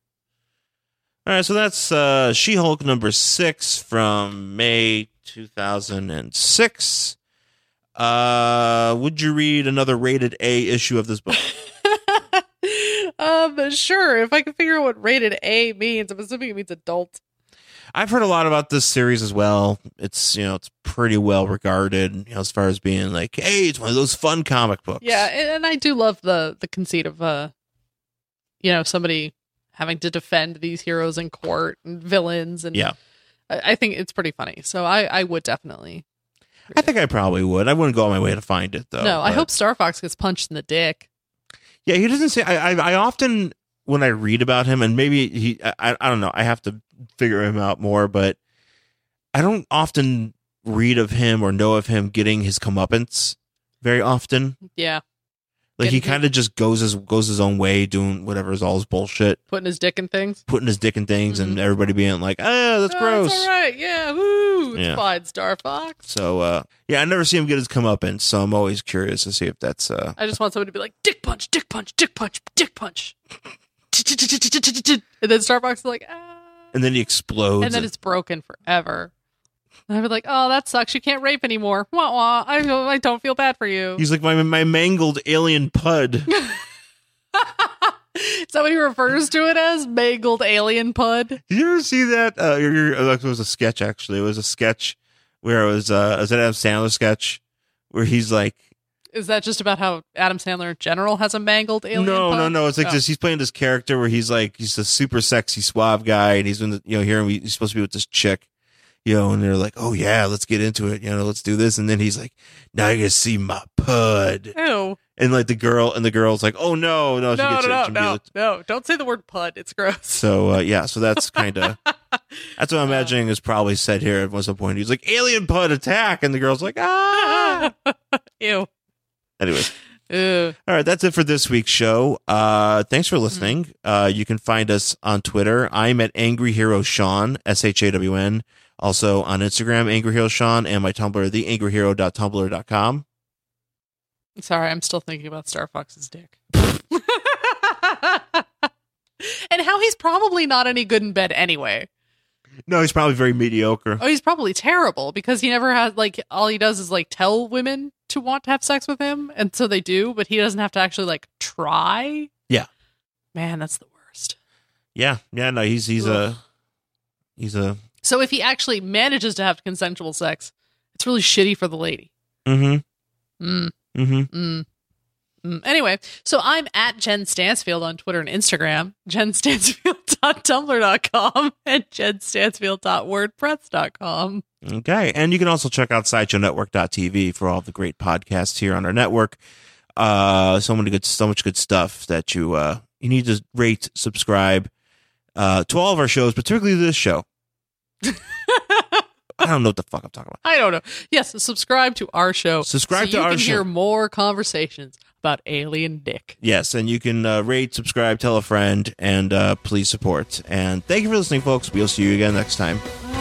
B: All right. So that's uh, She Hulk number six from May two thousand and six. Uh, would you read another rated A issue of this book?
A: um, sure. If I can figure out what rated A means, I'm assuming it means adult.
B: I've heard a lot about this series as well. It's you know it's pretty well regarded you know, as far as being like, hey, it's one of those fun comic books.
A: Yeah, and, and I do love the the conceit of uh, you know, somebody having to defend these heroes in court and villains, and
B: Yeah.
A: I, I think it's pretty funny. So I I would definitely.
B: I think I probably would. I wouldn't go on my way to find it though.
A: no, I
B: Oh, but-
A: hope Star Fox gets punched in the dick.
B: Yeah, he doesn't say. I, I I often when I read about him, and maybe he, I- I I don't know. I have to figure him out more, but I don't often read of him or know of him getting his comeuppance very often.
A: Yeah,
B: Like he
A: Getting-
B: kind of just goes his goes his own way, doing whatever is all his bullshit.
A: putting his dick in things.
B: putting his dick in things and everybody being like, ah, that's
A: Mm-hmm. Oh,
B: gross.
A: It's all right. Yeah. Woo. It's
B: Yeah.
A: fine, Star Fox.
B: So uh yeah, I never see him get his comeuppance, so I'm always curious to see if that's uh
A: I just want someone to be like, dick punch, dick punch, dick punch, dick punch. And then Star Fox is like, ah.
B: and then he explodes.
A: And then it's broken forever. And I'd be like, oh, that sucks. You can't rape anymore. Wah wah. I, I don't feel bad for you.
B: He's like my my mangled alien pud.
A: Is that what he refers to it as? Mangled alien pud?
B: Did you ever see that? Uh, your, your, uh, it was a sketch actually. It was a sketch where it was uh, it was an Adam Sandler sketch where he's like,
A: Is that just about how Adam Sandler in general has a mangled alien
B: no,
A: pud?
B: no, no. It's like
A: Oh.
B: this. He's playing this character where he's like he's a super sexy suave guy, and he's in the, you know here he's supposed to be with this chick, you know, and they're like, oh yeah, let's get into it, you know, let's do this, and then he's like, now you're gonna see my pud,
A: Ew.
B: and like the girl and the girl's like, oh no, no,
A: No,
B: she
A: no,
B: gets
A: no,
B: it.
A: no, no. Don't say the word pud. It's gross.
B: So uh, yeah, so that's kind of that's what I'm imagining is probably said here at some point. He's like alien pud attack, and the girl's like ah.
A: Ew.
B: Anyways,
A: Ew.
B: All right, that's it for this week's show. Uh, thanks for listening. Uh, you can find us on Twitter. I'm at Angry Hero Sean, S H A W N. Also on Instagram, Angry Hero Sean, and my Tumblr, theangryhero.tumblr.com.
A: Sorry, I'm still thinking about Star Fox's dick. and how he's probably not any good in bed anyway.
B: No, he's probably very mediocre.
A: Oh, he's probably terrible because he never has like all he does is like tell women to want to have sex with him, and so they do, but he doesn't have to actually like try.
B: Yeah.
A: Man, that's the worst.
B: Yeah, yeah, no, he's he's a he's a
A: So if he actually manages to have consensual sex, it's really shitty for the lady.
B: mm
A: Mm.
B: hmm mm
A: Mm. Mm. Anyway, so I'm at Jen Stansfield on Twitter and Instagram, jenstansfield.tumblr.com, and jenstansfield.wordpress.com.
B: hmm. Okay, and you can also check out SideshowNetwork.tv for all the great podcasts here on our network. Uh, so many good, so much good stuff that you uh you need to rate, subscribe, uh, to all of our shows, particularly this show. I don't know what the fuck I'm talking about.
A: I don't know. Yes, subscribe to our show.
B: Subscribe
A: so
B: to
A: you
B: our
A: can
B: show.
A: hear more conversations about alien dick.
B: Yes, and you can uh, rate, subscribe, tell a friend, and uh, please support. And thank you for listening, folks. We'll see you again next time.
A: Bye.